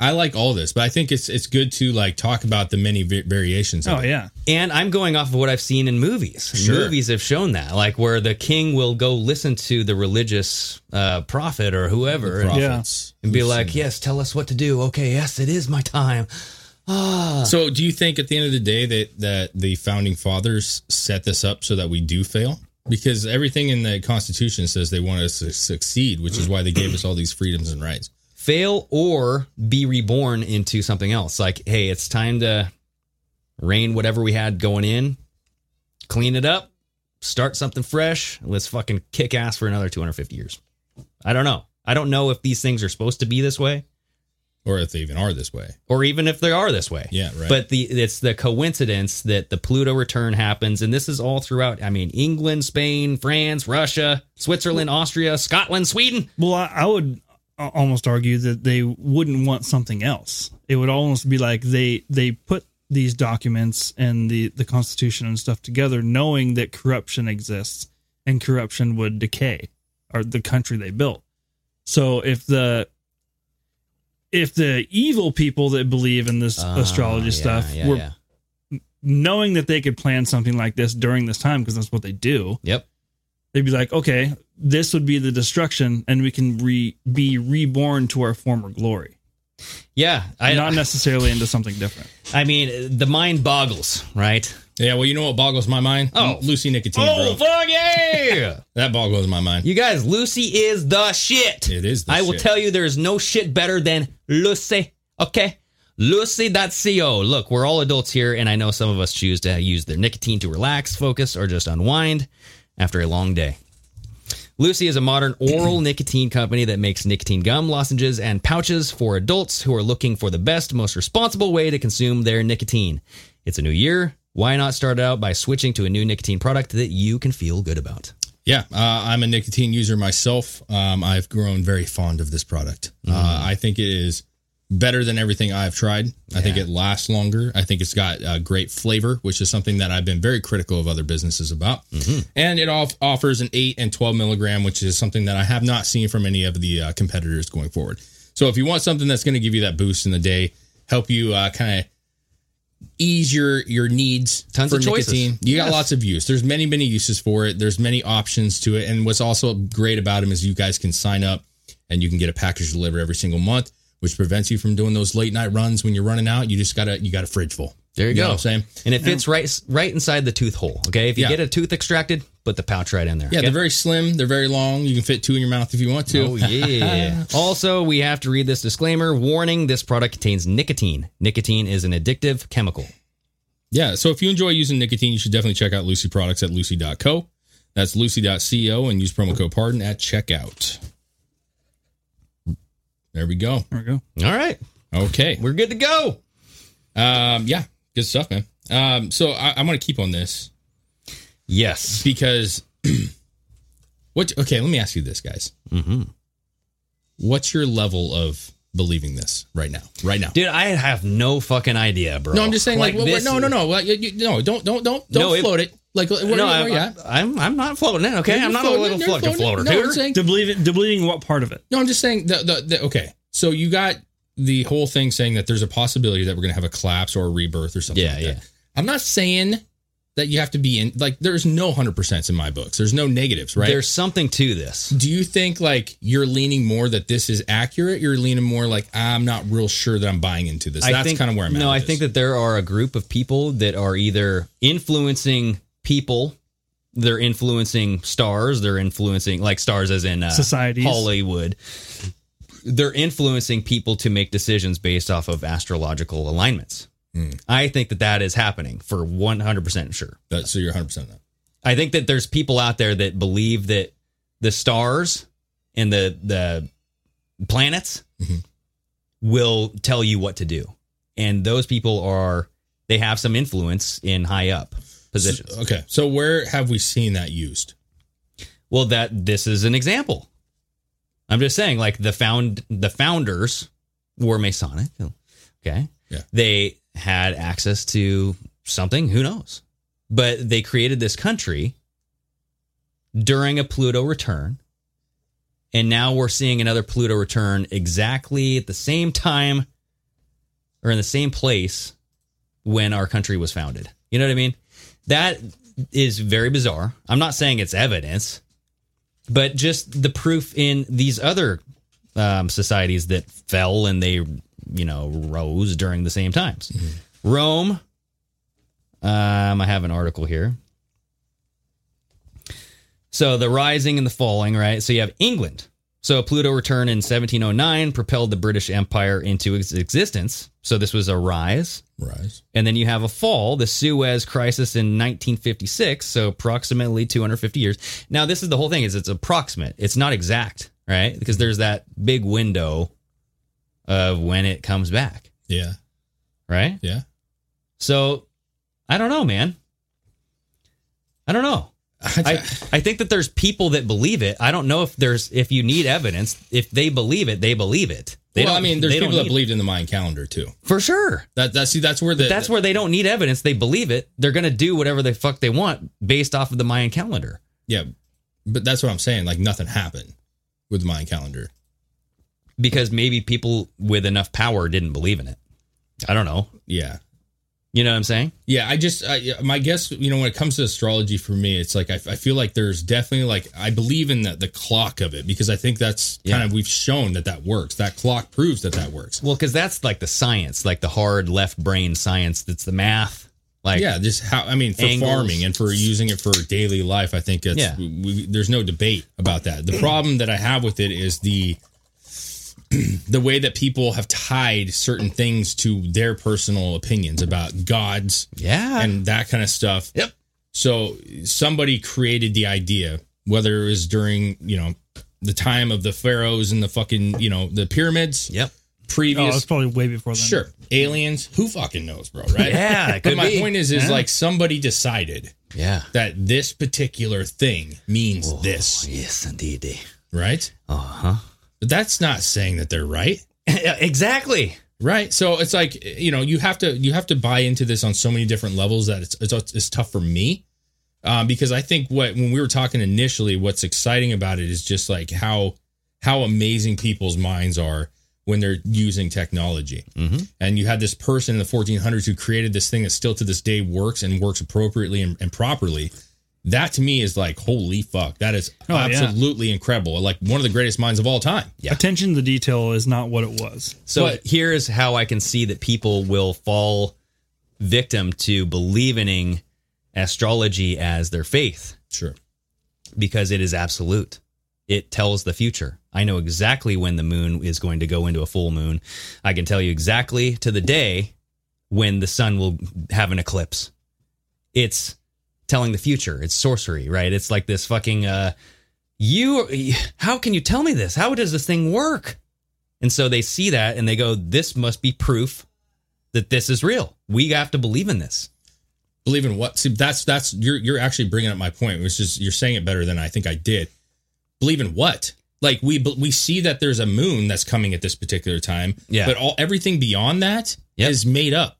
I like all this, but I think it's it's good to like talk about the many va- variations. Of
Oh
it.
yeah.
And I'm going off of what I've seen in movies.
Sure.
Movies have shown that, like where the king will go listen to the religious uh, prophet or whoever and,
Prophets.
and be like, "Yes, tell us what to do." Okay, yes, it is my time.
so, do you think at the end of the day that that the founding fathers set this up so that we do fail? Because everything in the Constitution says they want us to succeed, which is why they gave us all these freedoms and rights.
Fail or be reborn into something else. Like, hey, it's time to rein whatever we had going in, clean it up, start something fresh. Let's fucking kick ass for another 250 years. I don't know. I don't know if these things are supposed to be this way
or if they even are this way.
or even if they are this way.
Yeah, right.
But the it's the coincidence that the Pluto return happens, and this is all throughout. I mean, England, Spain, France, Russia, Switzerland, Austria, Scotland, Sweden.
Well, I, I would a- almost argue that they wouldn't want something else. It would almost be like they they put these documents and the the Constitution and stuff together, knowing that corruption exists and corruption would decay or the country they built. So if the if the evil people that believe in this
Ah,
astrology
yeah,
stuff
yeah,
were
yeah.
knowing that they could plan something like this during this time because that's what they do.
Yep.
They'd be like, okay, this would be the destruction, and we can re- be reborn to our former glory,
Yeah, I
not necessarily into something different.
I mean, the mind boggles, right?
Yeah, well, you know what boggles my mind?
Oh.
Lucy Nicotine.
Oh,
bro.
fuck [LAUGHS] yeah!
that boggles my mind.
you guys, Lucy is the shit.
It is. The
I will
shit.
tell you, there is no shit better than Lucy. Okay. Lucy.co. Look, we're all adults here, and I know some of us choose to use their nicotine to relax, focus, or just unwind after a long day. Lucy is a modern
[CLEARS THROAT]
oral nicotine company that makes nicotine gum, lozenges, and pouches for adults who are looking for the best, most responsible way to consume their nicotine. It's a new year. Why not start out by switching to a new nicotine product that you can feel good about?
Yeah, uh, I'm a nicotine user myself. Um, I've grown very fond of this product.
Mm-hmm.
Uh, I think it is better than everything I've tried. I think it lasts longer. I think it's got uh, great flavor, which is something that I've been very critical of other businesses about.
Mm-hmm.
And it off- offers an 8 and 12 milligram, which is something that I have not seen from any of the uh, competitors going forward. So if you want something that's going to give you that boost in the day, help you uh, kind of ease your your needs
Tons
for
of choices.
nicotine. You got
Yes.
lots of use. There's many many uses for it. There's many options to it. And what's also great about them is you guys can sign up and you can get a package delivered every single month, which prevents you from doing those late night runs when you're running out. You just gotta you got a fridge full.
There you,
You
go.
know what I'm saying?
And it fits right right inside the tooth hole. Okay. If you
Yeah.
get a tooth extracted, put the pouch right in there.
Yeah,
okay?
they're very slim. They're very long. You can fit two in your mouth if you want to.
Oh,
[LAUGHS]
yeah. also, we have to read this disclaimer warning this product contains nicotine. Nicotine is an addictive chemical.
Yeah. So if you enjoy using nicotine, you should definitely check out Lucy products at lucy.co. That's lucy.co and use promo code pardon at checkout. There we go.
There we go.
All right.
Okay.
We're good to go.
Um, yeah. Good stuff, man. Um, so I, I'm going to keep on this
Yes.
because [CLEARS THROAT] what? Okay. Let me ask you this, guys.
Mm-hmm.
What's your level of believing this right now? Right now.
Dude, I have no fucking idea, bro.
no, I'm just saying, like, what- what-
this-
no, no, no, well, you, you, no, don't, don't, don't,
No,
don't
it-
float it. Like, where,
no,
where
I'm,
you at?
I'm, I'm not floating in, okay?
You're
I'm not
floating
a
it,
little
you're
fucking
floating
floater,
it. No, I'm
dude.
saying-
To believe it, to believing what part of it?
No, I'm just saying the, the, the okay. So you got the whole thing saying that there's a possibility that we're gonna have a collapse or a rebirth or something.
Yeah,
like
yeah.
That. I'm not saying that you have to be in like there's no hundred percents in my books. There's no negatives, right?
There's something to this.
Do you think like you're leaning more that this is accurate? You're leaning more like I'm not real sure that I'm buying into this. That's kind of where I'm at.
No,
with
I
this.
think that there are a group of people that are either influencing people, they're influencing stars, they're influencing like stars as in uh,
Societies.
Hollywood. They're influencing people to make decisions based off of astrological alignments.
Hmm.
I think that that is happening for 100% sure.
That- so you're 100 percent that.
I think that there's people out there that believe that the stars and the the planets will tell you what to do, and those people are they have some influence in high up positions.
So- okay, so where have we seen that used?
well, that this is an example. I'm just saying, like the found the founders were Masonic. Okay,
Yeah.
they had access to something. Who knows? But they created this country during a Pluto return. And now we're seeing another Pluto return exactly at the same time or in the same place when our country was founded. You know what I mean? That is very bizarre. I'm not saying it's evidence, but just the proof in these other um, societies that fell and they you know, rose during the same times. Rome, um, I have an article here. So the rising and the falling, right? So you have England. So Pluto return in 1709 propelled the British Empire into ex- existence. So this was a rise.
Rise.
And then you have a fall, the Suez Crisis in 1956, so approximately 250 years. Now this is the whole thing is it's approximate. It's not exact, right? Because there's that big window of when it comes back,
Yeah.
right?
Yeah.
So I don't know, man. I don't know. I, I think that there's people that believe it. I don't know if there's if you need evidence. If they believe it, they believe it. They
well,
don't-
I mean, there's
they don't
people that
need-
believed in the Mayan calendar too.
for sure.
That that see, that's where the
But that's where they don't need evidence. They believe it. They're gonna do whatever the fuck they want based off of the Mayan calendar.
yeah. But that's what I'm saying. Like nothing happened with the Mayan calendar.
Because maybe people with enough power didn't believe in it. I don't know.
Yeah.
You know what I'm saying?
Yeah, I just I, yeah, my guess, you know, when it comes to astrology for me, it's like I, I feel like there's definitely like I believe in the, the clock of it because I think that's kind of we've shown that that works. That clock proves that that works.
Well, because that's like the science, like the hard left brain science. That's the math. Like
yeah, just how I mean for
angles.
farming and for using it for daily life, I think it's
Yeah.
we, we, there's no debate about that. The problem that I have with it is the [CLEARS THROAT] the way that people have tied certain things to their personal opinions about gods,
Yeah.
and that kind of stuff.
Yep.
So somebody created the idea, whether it was during you know the time of the pharaohs and the fucking you know the pyramids.
Yep.
Oh, it's
Previous
probably way before then.
Sure. Aliens, who fucking knows, bro, right?
Yeah, it
But
could
my
be.
point is is
Yeah.
like somebody decided
Yeah. Oh,
that this particular thing means this,
Yes, indeed.
right?
Uh huh.
But that's not saying that they're right.
exactly.
Right. So it's like, you know, you have to you have to buy into this on so many different levels that it's it's, it's tough for me. Um, because I think what when we were talking initially, what's exciting about it is just like how how amazing people's minds are when they're using technology.
Mm-hmm.
and you had this person in the 1400s who created this thing that still to this day works and works appropriately and, and properly that to me is like holy fuck that is
Oh, yeah.
absolutely incredible like one of the greatest minds of all time
Yeah.
Attention to detail is not what it was.
So
But-
here's how I can see that people will fall victim to believing astrology as their faith
sure
because it is absolute. It tells the future. I know exactly when the moon is going to go into a full moon. I can tell you exactly to the day when the sun will have an eclipse. It's telling the future. It's sorcery, right? It's like this fucking uh you how can you tell me this? How does this thing work? And so they see that and they go this must be proof that this is real. We have to believe in this.
believe in what see that's that's you're you're actually bringing up my point which is you're saying it better than i think i did believe in what like we but we see that there's a moon that's coming at this particular time
Yeah.
but all everything beyond that is
Yep.
made up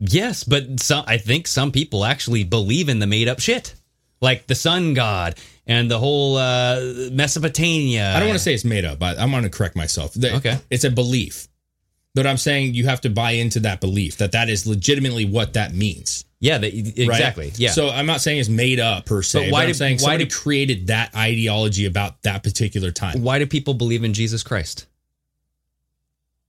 Yes, but some, I think some people actually believe in the made up shit, like the sun god and the whole uh, Mesopotamia.
I don't want to say it's made up. I, I'm going to correct myself. That-
Uh, Okay.
It's a belief. But I'm saying you have to buy into that belief that that is legitimately what that means.
Yeah, the,
right?
exactly. Yeah.
So I'm not saying it's made up per se.
But why
But why I'm
did-
saying
why
somebody
did-
created that ideology about that particular time.
why do people believe in Jesus Christ?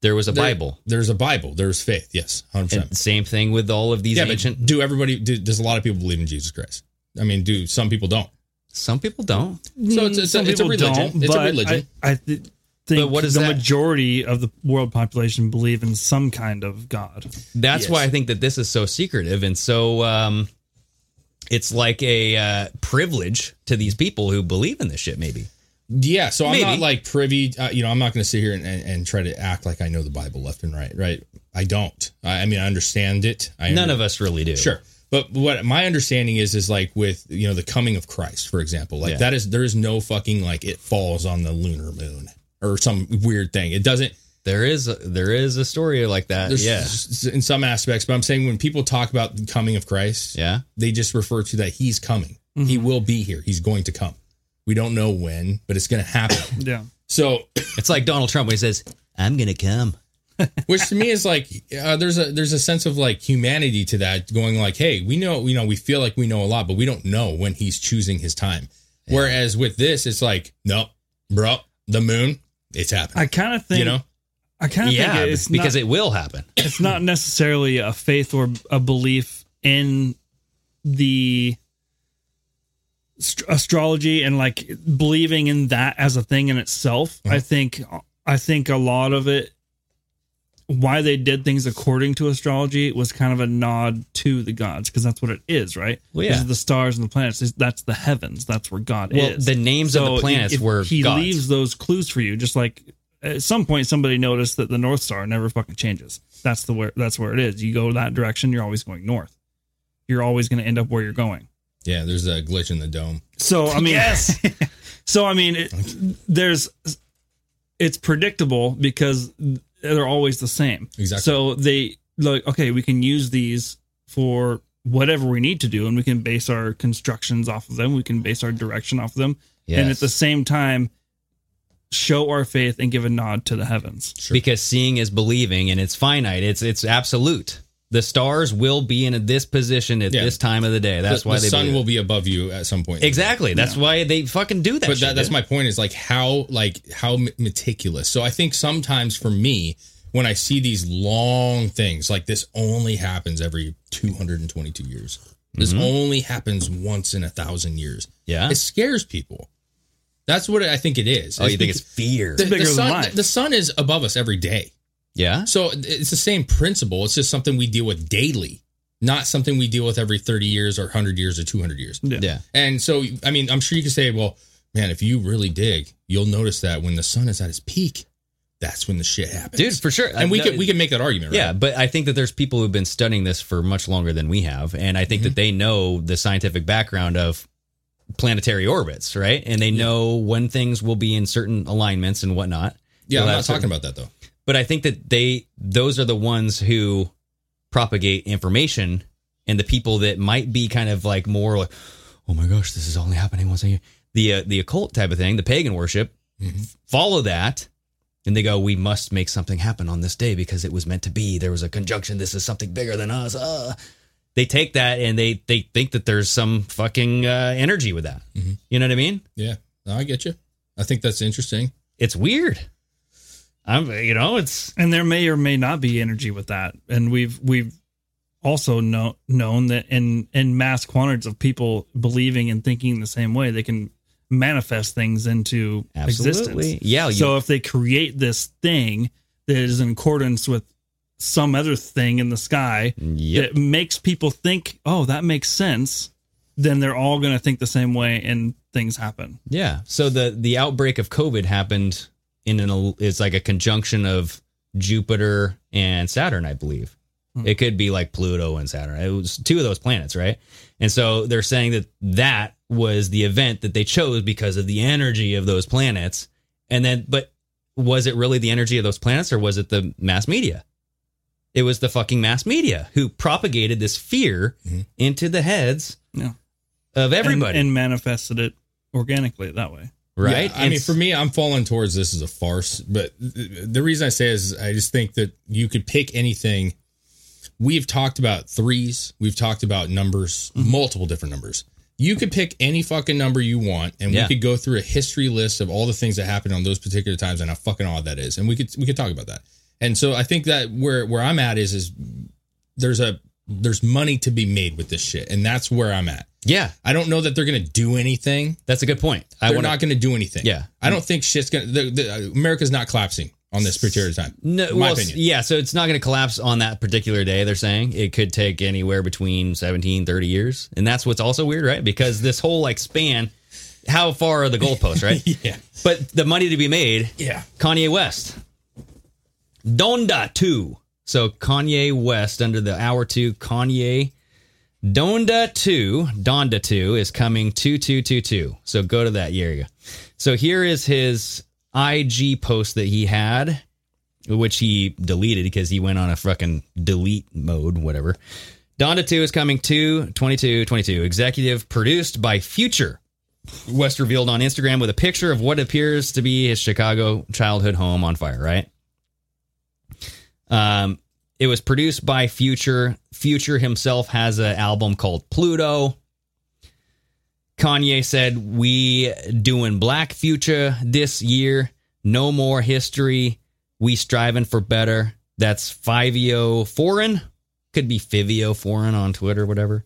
There was a
There-
Bible.
There's a Bible. There's faith. Yes, 100.
And
percent
same thing with all of these
Yeah,
ancient.
but do everybody? Do, does a lot of people believe in Jesus Christ? I mean, do some people don't?
some people don't.
So it's, it's, a,
Some
it's a
people
religion.
don't,
It's a
but
religion.
I, I th- think
But what is
the
that?
majority of the world population believe in some kind of God.
That's
Yes.
why I think that this is so secretive and so um, it's like a uh, privilege to these people who believe in this shit. Maybe.
Yeah, so I'm not
Maybe.
like privy. Uh, you know, I'm not going to sit here and, and, and try to act like I know the Bible left and right. Right? I don't. I, I mean, I understand it. I
None of us really do.
Sure, but what my understanding is is like with you know the coming of Christ, for example. Like
Yeah.
that is there is no fucking like it falls on the lunar moon or some weird thing. It doesn't.
There is there is a story like that.
There's
yeah.
s- in some aspects, but I'm saying when people talk about the coming of Christ,
Yeah.
they just refer to that he's coming. He
Mm-hmm.
will be here. He's going to come. We don't know when, but it's going to
[COUGHS]
happen.
Yeah.
so
It's like Donald Trump when he says, I'm going to come.
which to me is like uh, there's a there's a sense of like humanity to that going like hey we know you know we feel like we know a lot but we don't know when he's choosing his time whereas with this it's like no bro the moon it's happening
I kind of think
you know
I kind of
yeah,
think it's
because
not,
it will happen.
it's not necessarily a faith or a belief in the ast- astrology and like believing in that as a thing in itself.
Mm-hmm.
I think I think a lot of it why they did things according to astrology was kind of a nod to the gods because that's what it is, right?
Well, yeah.
These are the stars and the planets. This- That's the heavens. That's where God
Well,
is.
the names of the
if-
planets
if
were
He
gods.
leaves those clues for you, just like at some point somebody noticed that the North Star never fucking changes. That's the where that's where it is. You go that direction, you're always going north. You're always going to end up where you're going.
Yeah, there's a glitch in the dome.
So I mean, yes. [LAUGHS] so I mean, it, there's it's predictable because they're always the same.
Exactly.
So they like okay, we can use these for whatever we need to do, and we can base our constructions off of them. We can base our direction off of them, and at
Yes.
the same time, show our faith and give a nod to the heavens.
because seeing is believing and it's finite it's it's absolute the stars will be in this position at
Yeah.
this time of the day that's
the,
why
the
they
sun
believe
will be above you at some point.
it. exactly that's why they fucking do that
but
shit,
that, that's
dude.
my point is like how like how m- meticulous so i think sometimes for me when i see these long things like this only happens every 222 years this
Mhm.
only happens once in a thousand years
Yeah.
it scares people that's what i think it is
Oh, you think
beca-
it's fear.
the,
It's bigger
the
than
sun,
life.
the sun is above us every day
yeah
so it's the same principle it's just something we deal with daily not something we deal with every 30 years or 100 years or 200 years
Yeah.
and so, I mean, I'm sure you could say, well, man, if you really dig, you'll notice that when the sun is at its peak, that's when the shit happens.
dude for sure
And we
Uh,
could we could make that argument, right?
yeah but i think that there's people who've been studying this for much longer than we have and i think
Mm-hmm.
that they know the scientific background of planetary orbits right and they know when things will be in certain alignments and whatnot
Yeah,
You'll
I'm not
have
talking
certain-
about that though.
but I think that they those are the ones who propagate information and the people that might be kind of like more like oh my gosh this is only happening once a year the uh, the occult type of thing the pagan worship follow that and they go we must make something happen on this day because it was meant to be there was a conjunction this is something bigger than us uh. they take that and they they think that there's some fucking uh, energy with that you know what I mean
Yeah, no, I get you. I think that's interesting.
it's weird I'm you know it's
and there may or may not be energy with that and we've we've also know, known that in in mass quantities of people believing and thinking the same way they can manifest things into
Absolutely.
existence
Yeah, you-
so if they create this thing that is in accordance with some other thing in the sky
Yep.
that makes people think oh that makes sense then they're all going to think the same way and things happen
Yeah. So the the outbreak of COVID happened in an it's like a conjunction of Jupiter and Saturn, I believe.
Hmm.
It could be like Pluto and Saturn. It was two of those planets, right? And so they're saying that that was the event that they chose because of the energy of those planets. And then but was it really the energy of those planets or was it the mass media? It was the fucking mass media who propagated this fear into the heads
Mm-hmm. Yeah.
of everybody.
and, and manifested it organically that way
right?
Yeah, I
And
mean, for me, I'm falling towards this is a farce. But th- the reason I say is, I just think that you could pick anything. We've talked about threes. We've talked about numbers,
Mm-hmm.
multiple different numbers. You could pick any fucking number you want, and
Yeah.
we could go through a history list of all the things that happened on those particular times and how fucking odd that is. And we could we could talk about that. And so I think that where where I'm at is is there's a there's money to be made with this shit, and that's where I'm at.
yeah,
I don't know that they're going to do anything.
that's a good point.
They're
wanna-
not going to do anything.
Yeah.
I don't think shit's going to. America's not collapsing on this particular time.
No,
my
well, s-
opinion.
yeah, so it's not going to collapse on that particular day. They're saying it could take anywhere between 17, 30 years, and that's what's also weird, right? Because this whole like span, how far are the goalposts, [LAUGHS] right?
yeah.
But the money to be made,
Yeah.
Kanye West, Donda Two. So Kanye West under the hour two, Kanye Donda 2, Donda 2 is coming 2222. So go to that area. So here is his IG post that he had, which he deleted because he went on a fucking delete mode, whatever. Donda 2 is coming 2 22 22. Executive produced by Future. West revealed on Instagram with a picture of what appears to be his Chicago childhood home on fire, right? Um, it was produced by Future. Future himself has an album called Pluto. Kanye said, "We doing Black Future this year. No more history. We striving for better. That's Fivio Foreign. Could be Fivio Foreign on Twitter, whatever.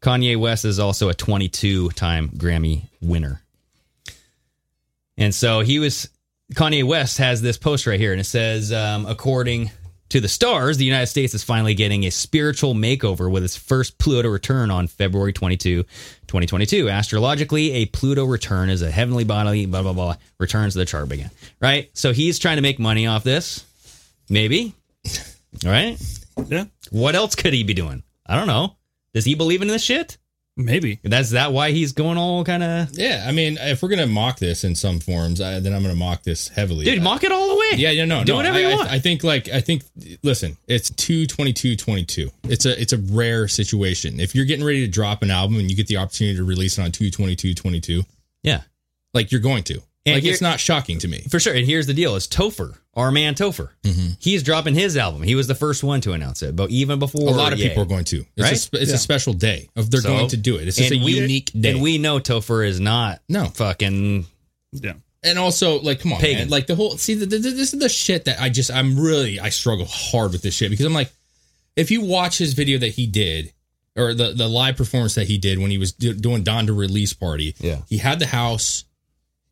Kanye West is also a 22 time Grammy winner. And so he was, Kanye West has this post right here, and it says, um, according to the stars, the United States is finally getting a spiritual makeover with its first Pluto return on February 22, 2022. Astrologically, a Pluto return is a heavenly body, blah, blah, blah, returns to the chart again, right? So he's trying to make money off this, maybe, All right?
Yeah.
What else could he be doing? I don't know. Does he believe in this shit?
Maybe.
That's that why he's going all kind of.
Yeah, I mean, if we're gonna mock this in some forms, I, then I'm gonna mock this heavily.
Dude,
I-
mock it all the way.
Yeah, yeah, no,
Do
no.
whatever
I,
you
I-
want.
I, think like I think listen, it's two twenty two twenty two. It's a it's a rare situation. If you're getting ready to drop an album and you get the opportunity to release it on two twenty two twenty two,
Yeah.
like you're going to.
And
like
here-
it's not shocking to me.
For sure. And here's the deal is Topher, our man Topher. He's dropping his album. He was the first one to announce it. But even before
a lot of
Ye.
people are going to. It's,
Right?
a, spe- it's
Yeah.
a special day. Of they're
So-
going to do it. It's just a
and we-
unique day.
And we know Topher is not
No.
fucking
Yeah.
And also, like, come on,
Pagan.
man. Like the whole see, the, the, this is the shit that I just I'm really I struggle hard with this shit because I'm like, if you watch his video that he did or the the live performance that he did when he was do, doing Donda release party,
Yeah.
he had the house.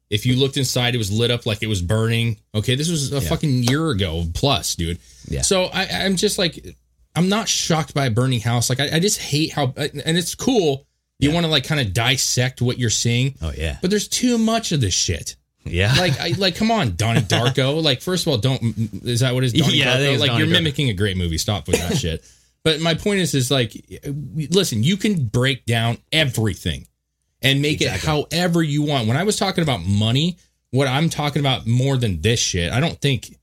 If you looked inside, it was lit up like it was burning. Okay, this was a fucking year ago plus, dude.
Yeah.
So I, I'm just like, I'm not shocked by a burning house. Like I, I just hate how, and it's cool. You want to like kind of dissect what you're seeing.
Oh yeah.
But there's too much of this shit.
Yeah.
Like, I, like, come on,
[LAUGHS]
Donnie Darko. Like, first of all, don't is that what is Donnie
Yeah, I think
Darko?
it's
Like,
Donnie
you're
Darko.
mimicking a great movie. Stop with that shit. But my point is, is like, listen, you can break down everything and make it however you want. When I was talking about money, what I'm talking about more than this shit, I don't think,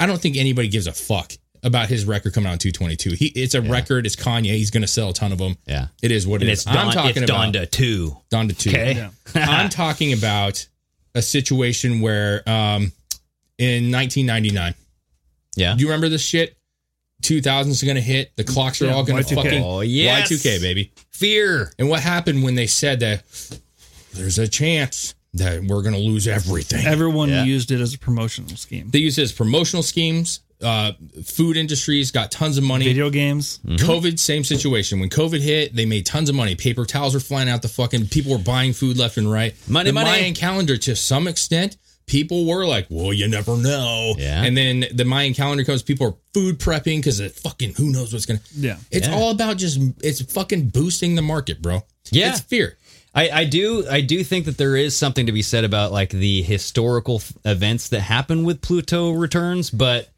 I don't think anybody gives a fuck about his record coming out in 222. He, it's a record. It's Kanye. He's gonna sell a ton of them.
Yeah.
It is what
And
it is.
it's Don-
I'm talking
it's
about
Donda 2.
Donda 2.
Okay. Yeah.
[LAUGHS] I'm talking about a situation where um, in 1999,
Yeah.
do you remember this shit? 2000s is going to hit. The clocks are
Yeah,
all going to
Y2K.
fucking
Oh, yes.
Y2K, baby.
Fear.
And what happened when they said that there's a chance that we're going to lose everything?
Everyone used it as a promotional scheme.
They use it as promotional schemes. Uh, food industries got tons of money.
Video games.
Mm-hmm.
COVID, same situation. When COVID hit, they made tons of money. Paper towels were flying out the fucking. People were buying food left and right.
Money,
the
money.
Mayan calendar, to some extent, people were like, "Well, you never know."
Yeah.
And then the Mayan calendar comes. People are food prepping because fucking who knows what's gonna.
Yeah.
It's
Yeah.
all about just it's fucking boosting the market, bro.
Yeah.
It's fear.
I, I do I do think that there is something to be said about like the historical f- events that happen with Pluto returns, but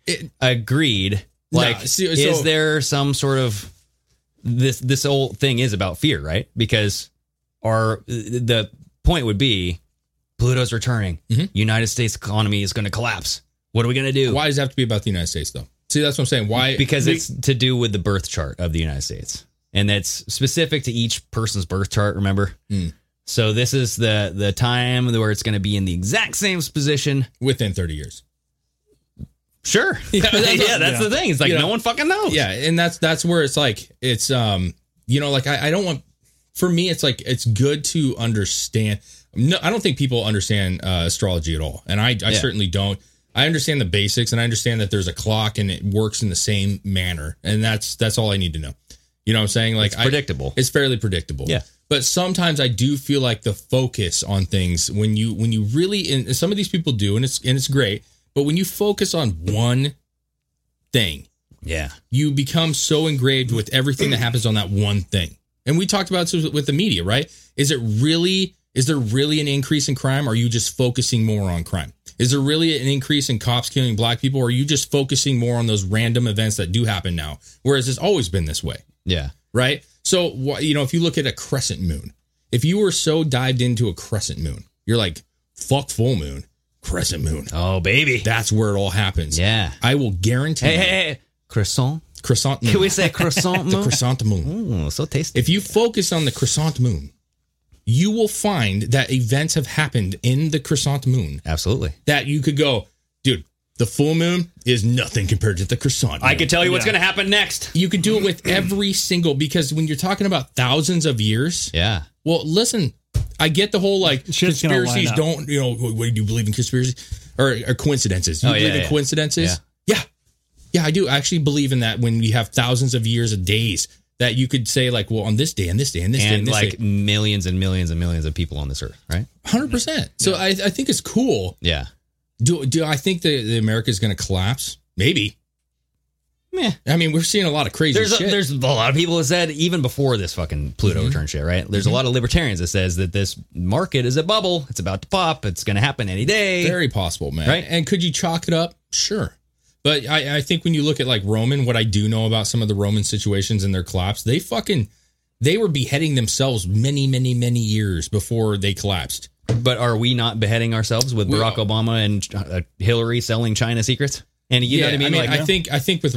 agreed.
Nah,
Like,
see,
is
so-
there some sort of this this whole thing is about fear, right? Because our the point would be Pluto's returning. United States economy is going to collapse. What are we going to do?
Mm-hmm. Why does it have to be about the United States though? See, that's what I'm saying. Why?
because
we-
it's to do with the birth chart of the United States, and that's specific to each person's birth chart. Remember,
Hmm.
so this is the the time where it's going to be in the exact same position.
within 30 years.
Sure, [LAUGHS] yeah,
[LAUGHS]
that's, the thing. It's like
You know,
no one fucking knows.
Yeah, and that's that's where it's like it's um you know like I, I don't want for me it's like it's good to understand. No, I don't think people understand uh, astrology at all, and I I
Yeah.
certainly don't. I understand the basics, and I understand that there's a clock and it works in the same manner, and that's that's all I need to know. You know what I'm saying? Like
It's
I-
predictable.
it's fairly predictable.
Yeah.
But sometimes I do feel like the focus on things when you when you really and some of these people do, and it's and it's great. But when you focus on one thing,
yeah,
you become so engraved with everything that happens on that one thing. And we talked about this with the media, right? Is it really is there really an increase in crime? Or are you just focusing more on crime? Is there really an increase in cops killing black people? Or are you just focusing more on those random events that do happen now? Whereas it's always been this way
yeah,
right? So wh- you know, if you look at a crescent moon, if you were so dived into a crescent moon, you're like, fuck full moon, crescent moon.
Oh baby,
That's where it all happens.
yeah.
I will guarantee.
Hey, hey,
you-
hey, croissant.
Crescent moon.
Can we [LAUGHS] say croissant?
the
moon?
crescent moon?
Mm, so tasty.
If you focus on the crescent moon, you will find that events have happened in the crescent moon
Absolutely.
that you could go, dude. The full moon is nothing compared to the crescent.
I
moon."
could tell you what's
Yeah.
going to happen next.
You could do it with every single because when you're talking about thousands of years,
Yeah.
Well, listen, I get the whole like
Shit's gonna line
conspiracies
up.
don't, you know, what, what do you believe in conspiracy? or, or coincidences. You
Oh, yeah,
believe
yeah.
in coincidences? Yeah. yeah. I do. I actually believe in that when you have thousands of years of days that you could say, like, well, on this day and this day and this day
and
and this
like
day.
millions and millions and millions of people on this earth, right?
100%. So I, I think it's cool.
Yeah.
Do, do I think that the America is going to collapse? Maybe.
Meh.
I mean, we're seeing a lot of crazy
there's
shit.
A, there's a lot of people that said even before this fucking Pluto return shit, right? There's a lot of libertarians that says that this market is a bubble. It's about to pop. It's going to happen any day.
Very possible, man.
Right?
And could you chalk it up? Sure. But I, I think when you look at like Roman, what I do know about some of the Roman situations and their collapse, they fucking they were beheading themselves many, many, many years before they collapsed.
But are we not beheading ourselves with
We-
Barack Obama and uh, Hillary selling China secrets? And you know what I mean?
I think I think with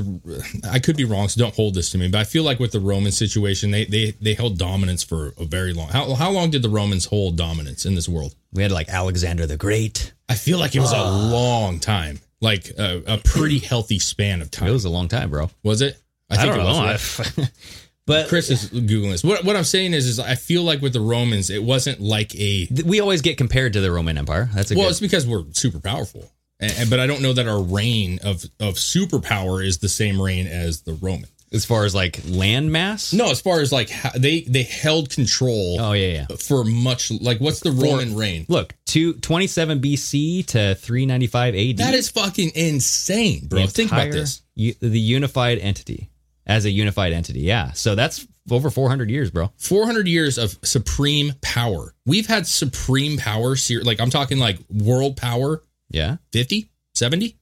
I could be wrong, so don't hold this to me. But I feel like with the Roman situation, they they they held dominance for a very long. How how long did the Romans hold dominance in this world?
we had like Alexander the Great.
I feel like it was a
Ah.
long time, like a, a pretty healthy span of time.
It was a long time, bro.
Was it?
I don't know.
[LAUGHS] right?
[LAUGHS] But-
Chris is googling this. What what I'm saying is, is I feel like with the Romans, it wasn't like a.
We always get compared to the Roman Empire. That's a
well,
good-
it's because we're super powerful, and, and- but I don't know that our reign of of superpower is the same reign as the Roman.
as far as like land mass.
No, as far as like how, they they held control.
Oh yeah, yeah.
For much, like what's the Roman
For-
reign?
Look, two, 27 BC to 395 AD.
That is fucking insane,
The
bro. Think about
entire
this.
u- the unified entity as a unified entity. Yeah. So that's over 400 years, bro.
400 years of supreme power. We've had supreme power, ser- like I'm talking like world power,
Yeah.
50, 70,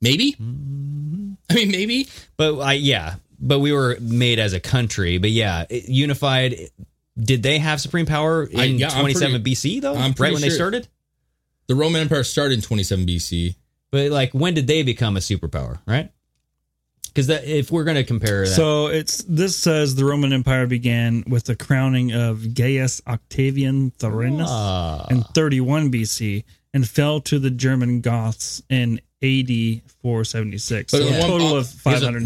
maybe. I mean, maybe.
But I, yeah, but we were made as a country. But yeah, it- unified. Did they have supreme power in
I- yeah, I'm
27
pretty-
BC though?
I'm
right
pretty
when they
sure.
started.
The Roman Empire started in 27 BC.
But like, when did they become a superpower? Right? Because that if we're gonna compare that,
So it's this says the Roman Empire began with the crowning of Gaius Octavian Thurinus
Ah.
in 31 BC and fell to the German Goths in AD 476. So
the
a
one-
total of
here's a-
500.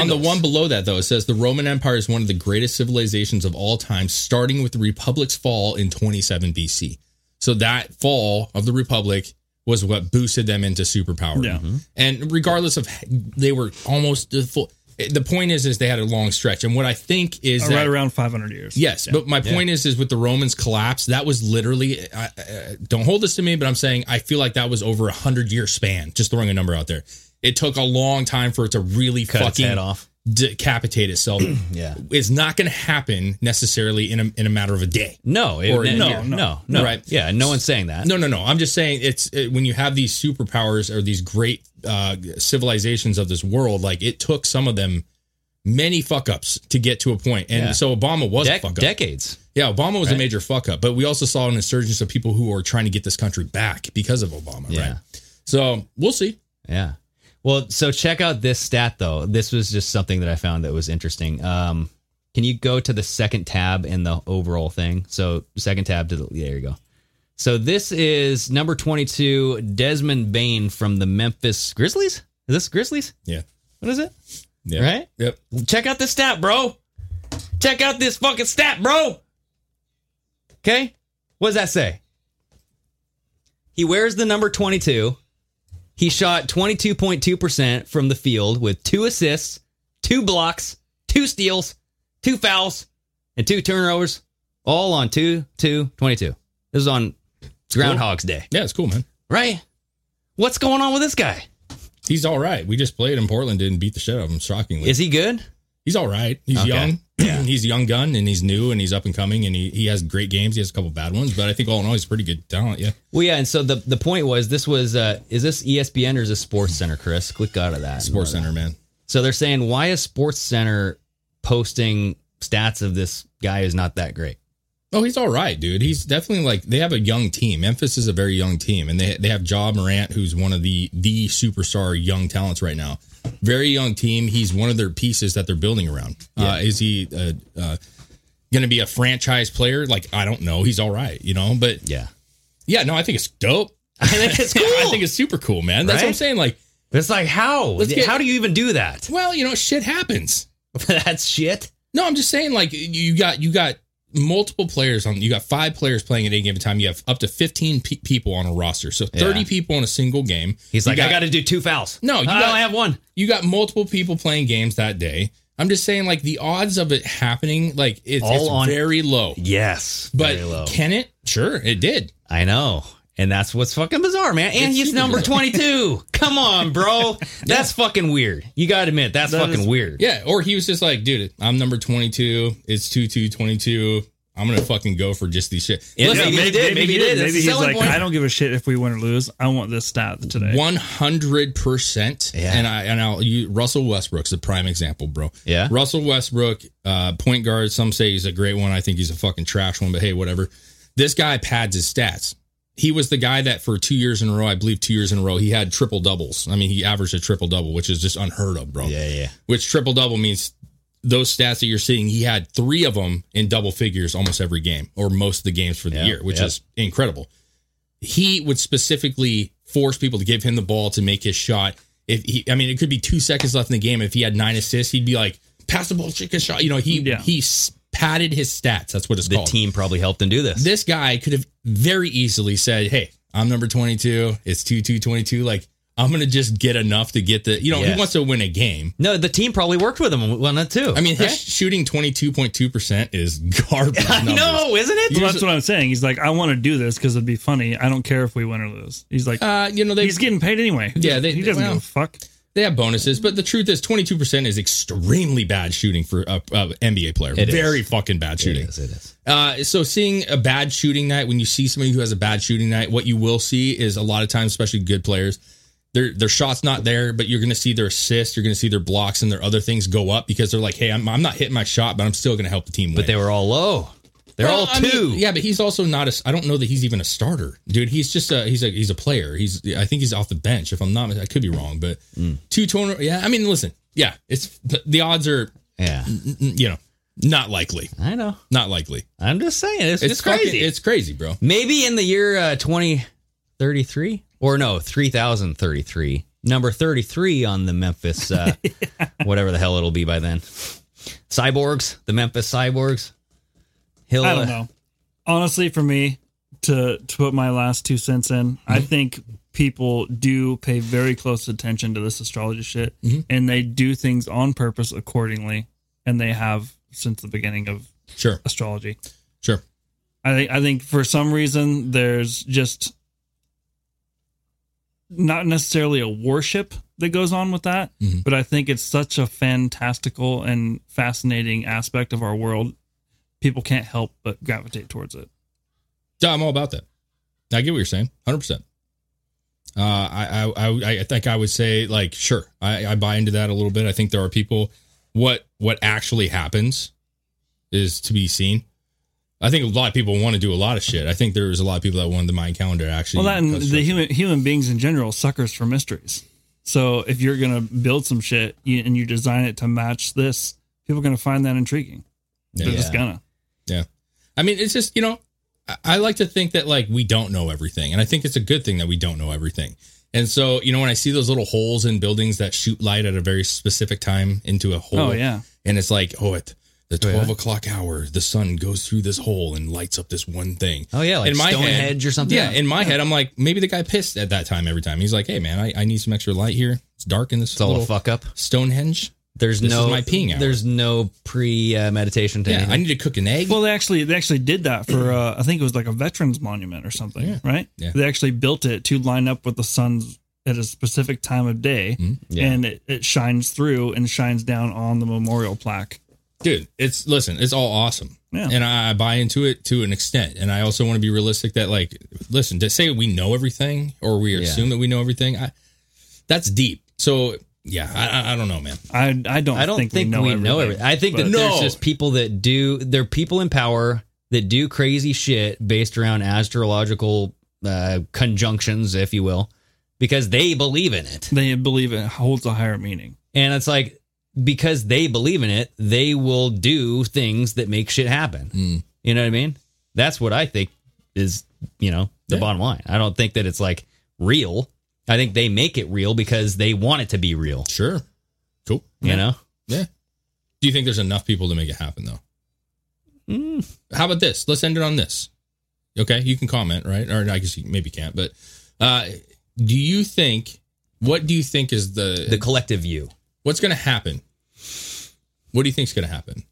On the one below that, though, it says the Roman Empire is one of the greatest civilizations of all time, starting with the Republic's fall in 27 BC. So that fall of the Republic was what boosted them into superpower.
Yeah.
And regardless of, they were almost the full. The point is, is they had a long stretch, and what I think is
Uh, right
that
around 500 years.
Yes,
Yeah.
but my
Yeah.
point is, is with the Romans collapse, that was literally. I, I, don't hold this to me, but I'm saying I feel like that was over a hundred year span. Just throwing a number out there, it took a long time for it to really
Cut its
fucking
head off. [CLEARS THROAT]
decapitate itself.
yeah.
it's not going to happen necessarily in a in a matter of a day.
No, it,
Or in a
no,
year.
no, no, no.
Right.
Yeah, no one's saying that.
No, no, no. I'm just saying it's it, when you have these superpowers or these great uh, civilizations of this world, like it took some of them many fuck ups to get to a point, and
Yeah.
so Obama was
Dec-
a fuck up.
decades.
Yeah, Obama was a
Right.
major fuck up, but we also saw an insurgence of people who are trying to get this country back because of Obama,
Yeah.
right? So we'll see.
Yeah. Well, so check out this stat though. This was just something that I found that was interesting. Um, can you go to the second tab in the overall thing? So second tab to the yeah, there you go. So this is number twenty-two, Desmond Bain from the Memphis Grizzlies. Is this Grizzlies?
Yeah.
What is it?
Yeah.
Right.
Yep.
Check out this stat, bro. Check out this fucking stat, bro. Okay. What does that say? He wears the number 22. He shot 22.2% from the field with two assists, two blocks, two steals, two fouls, and two turnovers, all on 2 2 22. This is on Groundhog's Day,
Yeah, it's cool, man.
right? What's going on with this guy?
He's all right. We just played in Portland, didn't beat the shit out of him, shockingly.
Is he good?
he's all right. He's
Okay.
young. [CLEARS THROAT] he's a young gun and he's new and he's up and coming and he, he has great games. He has a couple bad ones, but I think all in all, he's pretty good talent. Yeah.
Well, yeah, and so the the point was this was uh, is this ESPN or is this Sports Center, Chris? Click out of that.
Sports Center, man.
So they're saying why is Sports Center posting stats of this guy who's not that great?
Oh, he's all right, dude. He's definitely like they have a young team. Memphis is a very young team, and they they have Ja Morant, who's one of the the superstar young talents right now. Very young team. He's one of their pieces that they're building around. Uh, is he uh, uh, going to be a franchise player? Like I don't know. He's all right, you know. But
[LAUGHS] Yeah,
yeah, no, I think it's dope. I
[LAUGHS]
think it's cool. [LAUGHS] I think it's super cool, man. That's what I'm
Right?
saying. Like,
it's like how
Let's get-
how do you even do that? [LAUGHS]
well, you know, shit happens.
That's shit.
No, I'm just saying, like you got you got multiple players on you got five players playing at any given time you have up to 15 pe- people on a roster so 30
Yeah.
people in a single game
He's
You
like, I got to do two fouls.
no you
I only have one
you got multiple people playing games that day i'm just saying like the odds of it happening like it's,
All
it's
on-
very low
Yes,
But
very low.
can it? Sure, it did.
I know, and that's what's fucking bizarre, man. And
It's
he's
super
number [LAUGHS]
bizarre.
twenty-two. Come on, bro, that's fucking weird. You gotta admit that's
That
fucking
is-
weird.
yeah or he was just like dude i'm number 22 it's 2222 i'm gonna fucking go for just these shit
Yeah, maybe he did, maybe he did. That's
Maybe
the
he's
selling
like,
point.
I don't give a shit if we win or lose. I want this stat today.
One hundred percent. And I and I'll you Russell Westbrook's the prime example, bro.
Yeah.
Russell Westbrook, uh, point guard. Some say he's a great one. I think he's a fucking trash one, but hey, whatever. This guy pads his stats. He was the guy that for two years in a row, I believe two years in a row, he had triple doubles. I mean, he averaged a triple double, which is just unheard of, bro. Yeah, yeah. Which triple double means those stats that you're seeing, he had three of them in double figures almost every game or most of the games for the
Yeah,
year, which
yeah.
is incredible he would specifically force people to give him the ball to make his shot. If he, I mean, it could be two seconds left in the game. If he had nine assists, he'd be like, pass the ball, take a shot. You know, he
Yeah.
he s- padded his stats. That's what it's
The
called.
team probably helped him do this.
This guy could have very easily said, "Hey, I'm number 22. It's two two twenty two. Like I'm gonna just get enough to get the. You know, he
Yes.
wants to win a game.
No, the team probably worked with him on that too.
I mean,
right?
his shooting 22.2 percent is
[LAUGHS]
garbage.
I
numbers.
know, isn't it?
Well, that's what I'm saying. He's like, I want to do this because it'd be funny. I don't care if we win or lose. He's like,
Uh, you know, they,
he's getting paid anyway.
Yeah, they-
he doesn't
well-
give a fuck.
They have bonuses, but the truth is, twenty two percent is extremely bad shooting for a, a NBA player.
It is.
Very fucking bad shooting.
It is, it is.
Uh, so seeing a bad shooting night, when you see somebody who has a bad shooting night, what you will see is a lot of times, especially good players, their their shots not there, but you're going to see their assists, you're going to see their blocks and their other things go up because they're like, hey, I'm, I'm not hitting my shot, but I'm still going to help the team win.
But they were all low. They're
Well,
all
I mean,
two.
yeah, but he's also not a. I don't know that he's even a starter, dude. He's just a. He's a. He's a player. He's. I think he's off the bench. If I'm not, I could be wrong, but
Hmm.
two tone. Yeah, I mean, listen. Yeah, it's the- the odds are.
Yeah.
n- n- You know, not likely.
I know.
Not likely.
I'm just saying, it's, just
fucking-
crazy.
it's crazy, bro.
Maybe in the year uh, 2033 or no, 3033, number 33 on the Memphis,
[LAUGHS]
uh, whatever the hell it'll be by then. Cyborgs, the Memphis Cyborgs. He'll,
I don't
uh,
know. Honestly, for me to to put my last two cents in,
Mm-hmm.
I think people do pay very close attention to this astrology shit,
Mm-hmm.
and they do things on purpose accordingly, and they have since the beginning of
Sure.
astrology.
Sure.
I think I think for some reason there's just not necessarily a worship that goes on with that, but I think it's such a fantastical and fascinating aspect of our world. People can't help but gravitate towards it.
Yeah, I'm all about that. I get what you're saying, hundred percent. Uh, I, I, I, I think I would say like, sure, I, I buy into that a little bit. I think there are people. What, what actually happens is to be seen. I think a lot of people want to do a lot of shit. I think there's a lot of people that wanted the mind calendar to actually.
Well, that and
cause
the
for-
human human beings in general suckers for mysteries. So if you're gonna build some shit you, and you design it to match this, people are gonna find that intriguing. They're just
Yeah.
gonna.
Yeah. I mean, it's just, you know, I, I like to think that like we don't know everything. And I think it's a good thing that we don't know everything. And so, you know, when I see those little holes in buildings that shoot light at a very specific time into a hole.
Oh, yeah.
And it's like, oh, at the
Oh, yeah.
12 o'clock hour, the sun goes through this hole and lights up this one thing.
Oh, yeah, like
in my
Stonehenge
head,
or something?
Yeah. In my head, I'm like, maybe the guy pissed at that time every time. He's like, hey, man, I, I need some extra light here. It's dark in this
It's all
little
a fuck up.
Stonehenge.
There's
This
no,
is my peeing hour.
there's no pre uh, meditation to
Yeah,
anything.
I need to cook an egg.
Well, they actually they actually did that for uh, I think it was like a veterans monument or something, right?
Yeah.
They actually built it to line up with the sun's at a specific time of day,
Mm-hmm. Yeah.
and it, it shines through and shines down on the memorial plaque.
dude it's listen it's all awesome
Yeah.
and I, I buy into it to an extent and i also want to be realistic that like listen to say we know everything or we
Yeah.
assume that we know everything I, that's deep so yeah I, I- I don't know man
I I don't
I don't think, we know, everything. I think that
but-
there's
No.
just people that do. There are people in power that do crazy shit based around astrological uh, conjunctions, if you will, because they believe in it,
they believe it holds a higher meaning.
and it's like because they believe in it, they will do things that make shit happen.
Hmm.
You know what I mean? That's what I think is you know the
Yeah.
bottom line. I don't think that it's like real. I think they make it real because they want it to be real.
sure cool
You know?
yeah do you think there's enough people to make it happen though
Hmm.
How about this? Let's end it on this. Okay, you can comment, right? Or I guess you maybe can't. But uh, do you think? What do you think is the
the collective view?
What's going to happen? What do you think is going to happen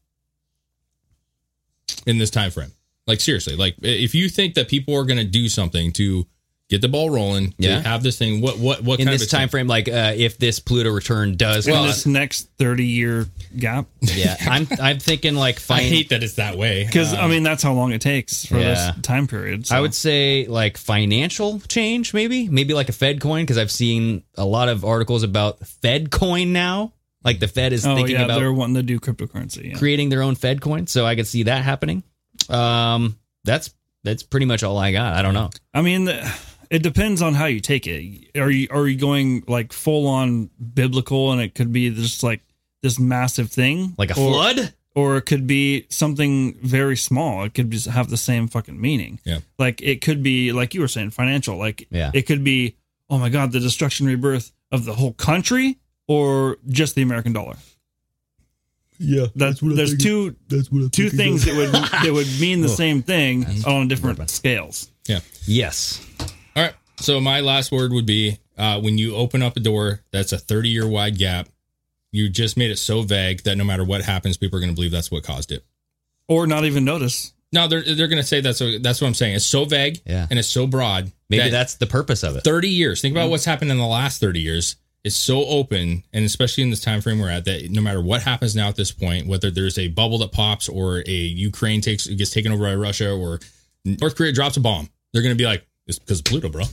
in this time frame? Like seriously, like i- if you think that people are going to do something to get the ball rolling,
Yeah.
to have this thing, what what what
in
kind
this
of
time
extent-
frame, like uh, if this Pluto return does,
in
well,
this
[LAUGHS]
next 30 year gap.
[LAUGHS] yeah, I'm I'm thinking like
I
find,
hate that it's that way
Because, I
Um,
mean, that's how long it takes for
Yeah.
this time period. so.
I would say like financial change, maybe, maybe like a Fed coin, because I've seen a lot of articles about Fed coin now. Like the Fed is
oh,
thinking
yeah,
about
they're wanting to do cryptocurrency. Yeah.
creating their own Fed coin, so I could see that happening. Um, that's that's pretty much all I got. I don't know.
I mean, the- it depends on how you take it. Are you are you going like full on biblical, and it could be just like this massive thing,
Like a
Or-
flood?
or it could be something very small. It could just have the same fucking meaning.
Yeah.
Like it could be like you were saying, financial. Like
Yeah.
it could be, oh my god, the destruction rebirth of the whole country, or just the American dollar.
Yeah,
That's, there's two
That's what
two things that would that would mean
[LAUGHS]
the same thing on different scales.
Yeah.
Yes.
All right. So my last word would be uh, when you open up a door that's a 30 year wide gap, you just made it so vague that no matter what happens, people are going to believe that's what caused it.
or not even notice.
No, they're they're going to say that's that's what I'm saying. It's so vague
Yeah.
and it's so broad.
Maybe
that
that's the purpose of it. Mm-hmm.
30 years. Think about what's happened in the last 30 years. It's so open, and especially in this time frame we're at, that no matter what happens now at this point, whether there's a bubble that pops or a Ukraine takes gets taken over by Russia or North Korea drops a bomb, they're going to be like, "It's because of Pluto, bro.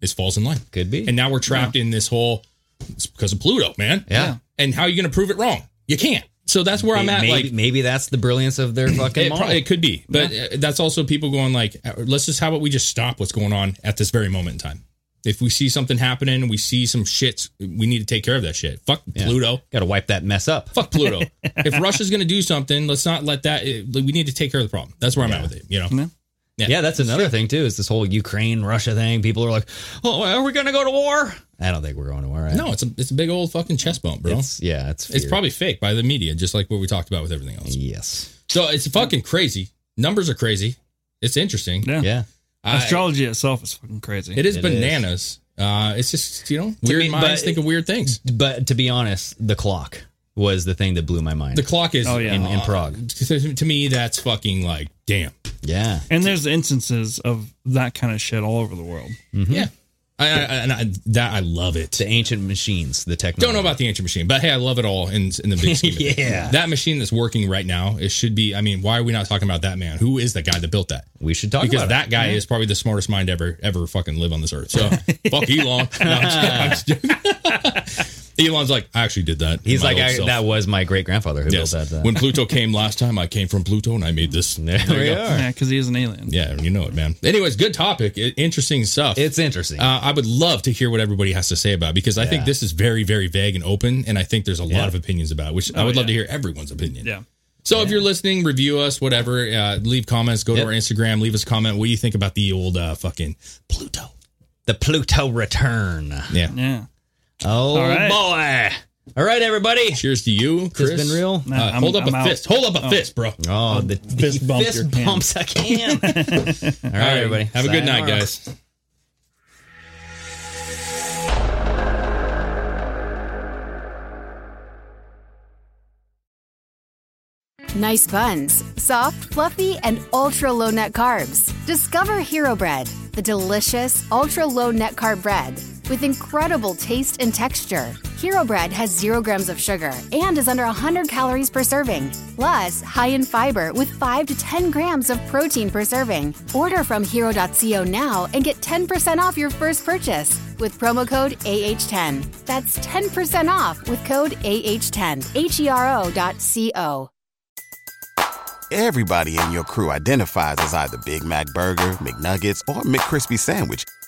It's falls in line."
Could be.
And now we're trapped in this whole. It's because of Pluto, man.
Yeah.
And how are you going to prove it wrong? You can't. So that's where I'm at.
maybe,
like
maybe that's the brilliance of their fucking
[CLEARS THROAT] it,
model.
pro- it could be, but uh that's also people going like, uh, let's just how about we just stop what's going on at this very moment in time. If we see something happening, we see some shits, we need to take care of that shit. Fuck
Yeah.
Pluto.
Got to wipe that mess up.
Fuck Pluto. if Russia's going to do something, let's not let that. It, we need to take care of the problem. That's where I'm at with it. You know,
Yeah.
Yeah.
Yeah, that's another thing too. Is this whole Ukraine Russia thing? People are like, "Oh, are we going to go to war?" I don't think we're going to war. I-
no, it's a it's a big old fucking chest bump, bro.
it's
It's,
yeah, it's fear.
probably fake by the media, just like what we talked about with everything else.
yes,
So it's fucking crazy. Numbers are crazy. It's interesting.
Yeah.
yeah.
I-
Astrology itself is fucking crazy.
it is
It is.
bananas. Uh, it's just you know weird
me,
minds
but-
think of weird things.
But to be honest, the clock was the thing that blew my mind.
The clock is
Oh, yeah.
In- in Prague.
To, to me, that's fucking like damn.
yeah,
And there's instances of that kind of shit all over the world.
Mm-hmm.
Yeah, I, I, and I, that I love it.
the ancient machines, the technology.
Don't know about the ancient machine, but hey, I love it all in in the
[LAUGHS]
big scheme. of things.
Yeah.
that machine that's working right now, it should be. I mean, why are we not talking about that man? Who is the guy that built that?
We should talk
Because
about
that
it.
guy is probably the smartest mind ever ever fucking live on this earth.
[LAUGHS]
So fuck Elon. No, I'm just- I'm just- [LAUGHS] Elon's like, I actually did that.
He's
My
like,
old
I,
self."
that was my great grandfather who
Yes.
built that. uh,
When
[LAUGHS]
Pluto came last time, I came from Pluto and I made this.
There we
you go.
are.
Yeah, because he is an alien.
Yeah, you know it, man. Anyways, good topic. I- Interesting stuff.
it's interesting.
uh, I would love to hear what everybody has to say about it because I think
Yeah.
this is very, very vague and open, and I think there's a
Yeah.
lot of opinions about it, which I
Oh,
would love
yeah.
to hear everyone's opinion.
Yeah.
So if you're listening, review us, whatever. Uh, leave comments. Go
Yep.
to our Instagram. Leave us a comment. What do you think about the old uh, fucking Pluto?
the Pluto return.
Yeah.
Yeah.
Oh
All right.
boy! All right, everybody.
Cheers to you, Chris.
been real.
Uh,
Nah, I'm-
hold up
I'm
a
out.
fist. Hold up a
Oh.
fist, bro.
Oh, the, the
Fist
fist,
bump your hand.
bumps I
[LAUGHS]
can. All right,
All right,
everybody.
Have a good night,
Sayonara.
guys.
Nice buns, soft, fluffy, and ultra low net carbs. Discover Hero Bread, the delicious ultra low net carb bread with incredible taste and texture. Hero Bread has zero grams of sugar and is under 100 calories per serving, plus high in fiber with 5 to 10 grams of protein per serving. Order from hero.co now and get 10% off your first purchase with promo code AH10. That's 10% off with code AH10. H E R O dot C O.
Everybody in your crew identifies as either Big Mac Burger, McNuggets, or McCrispy Sandwich.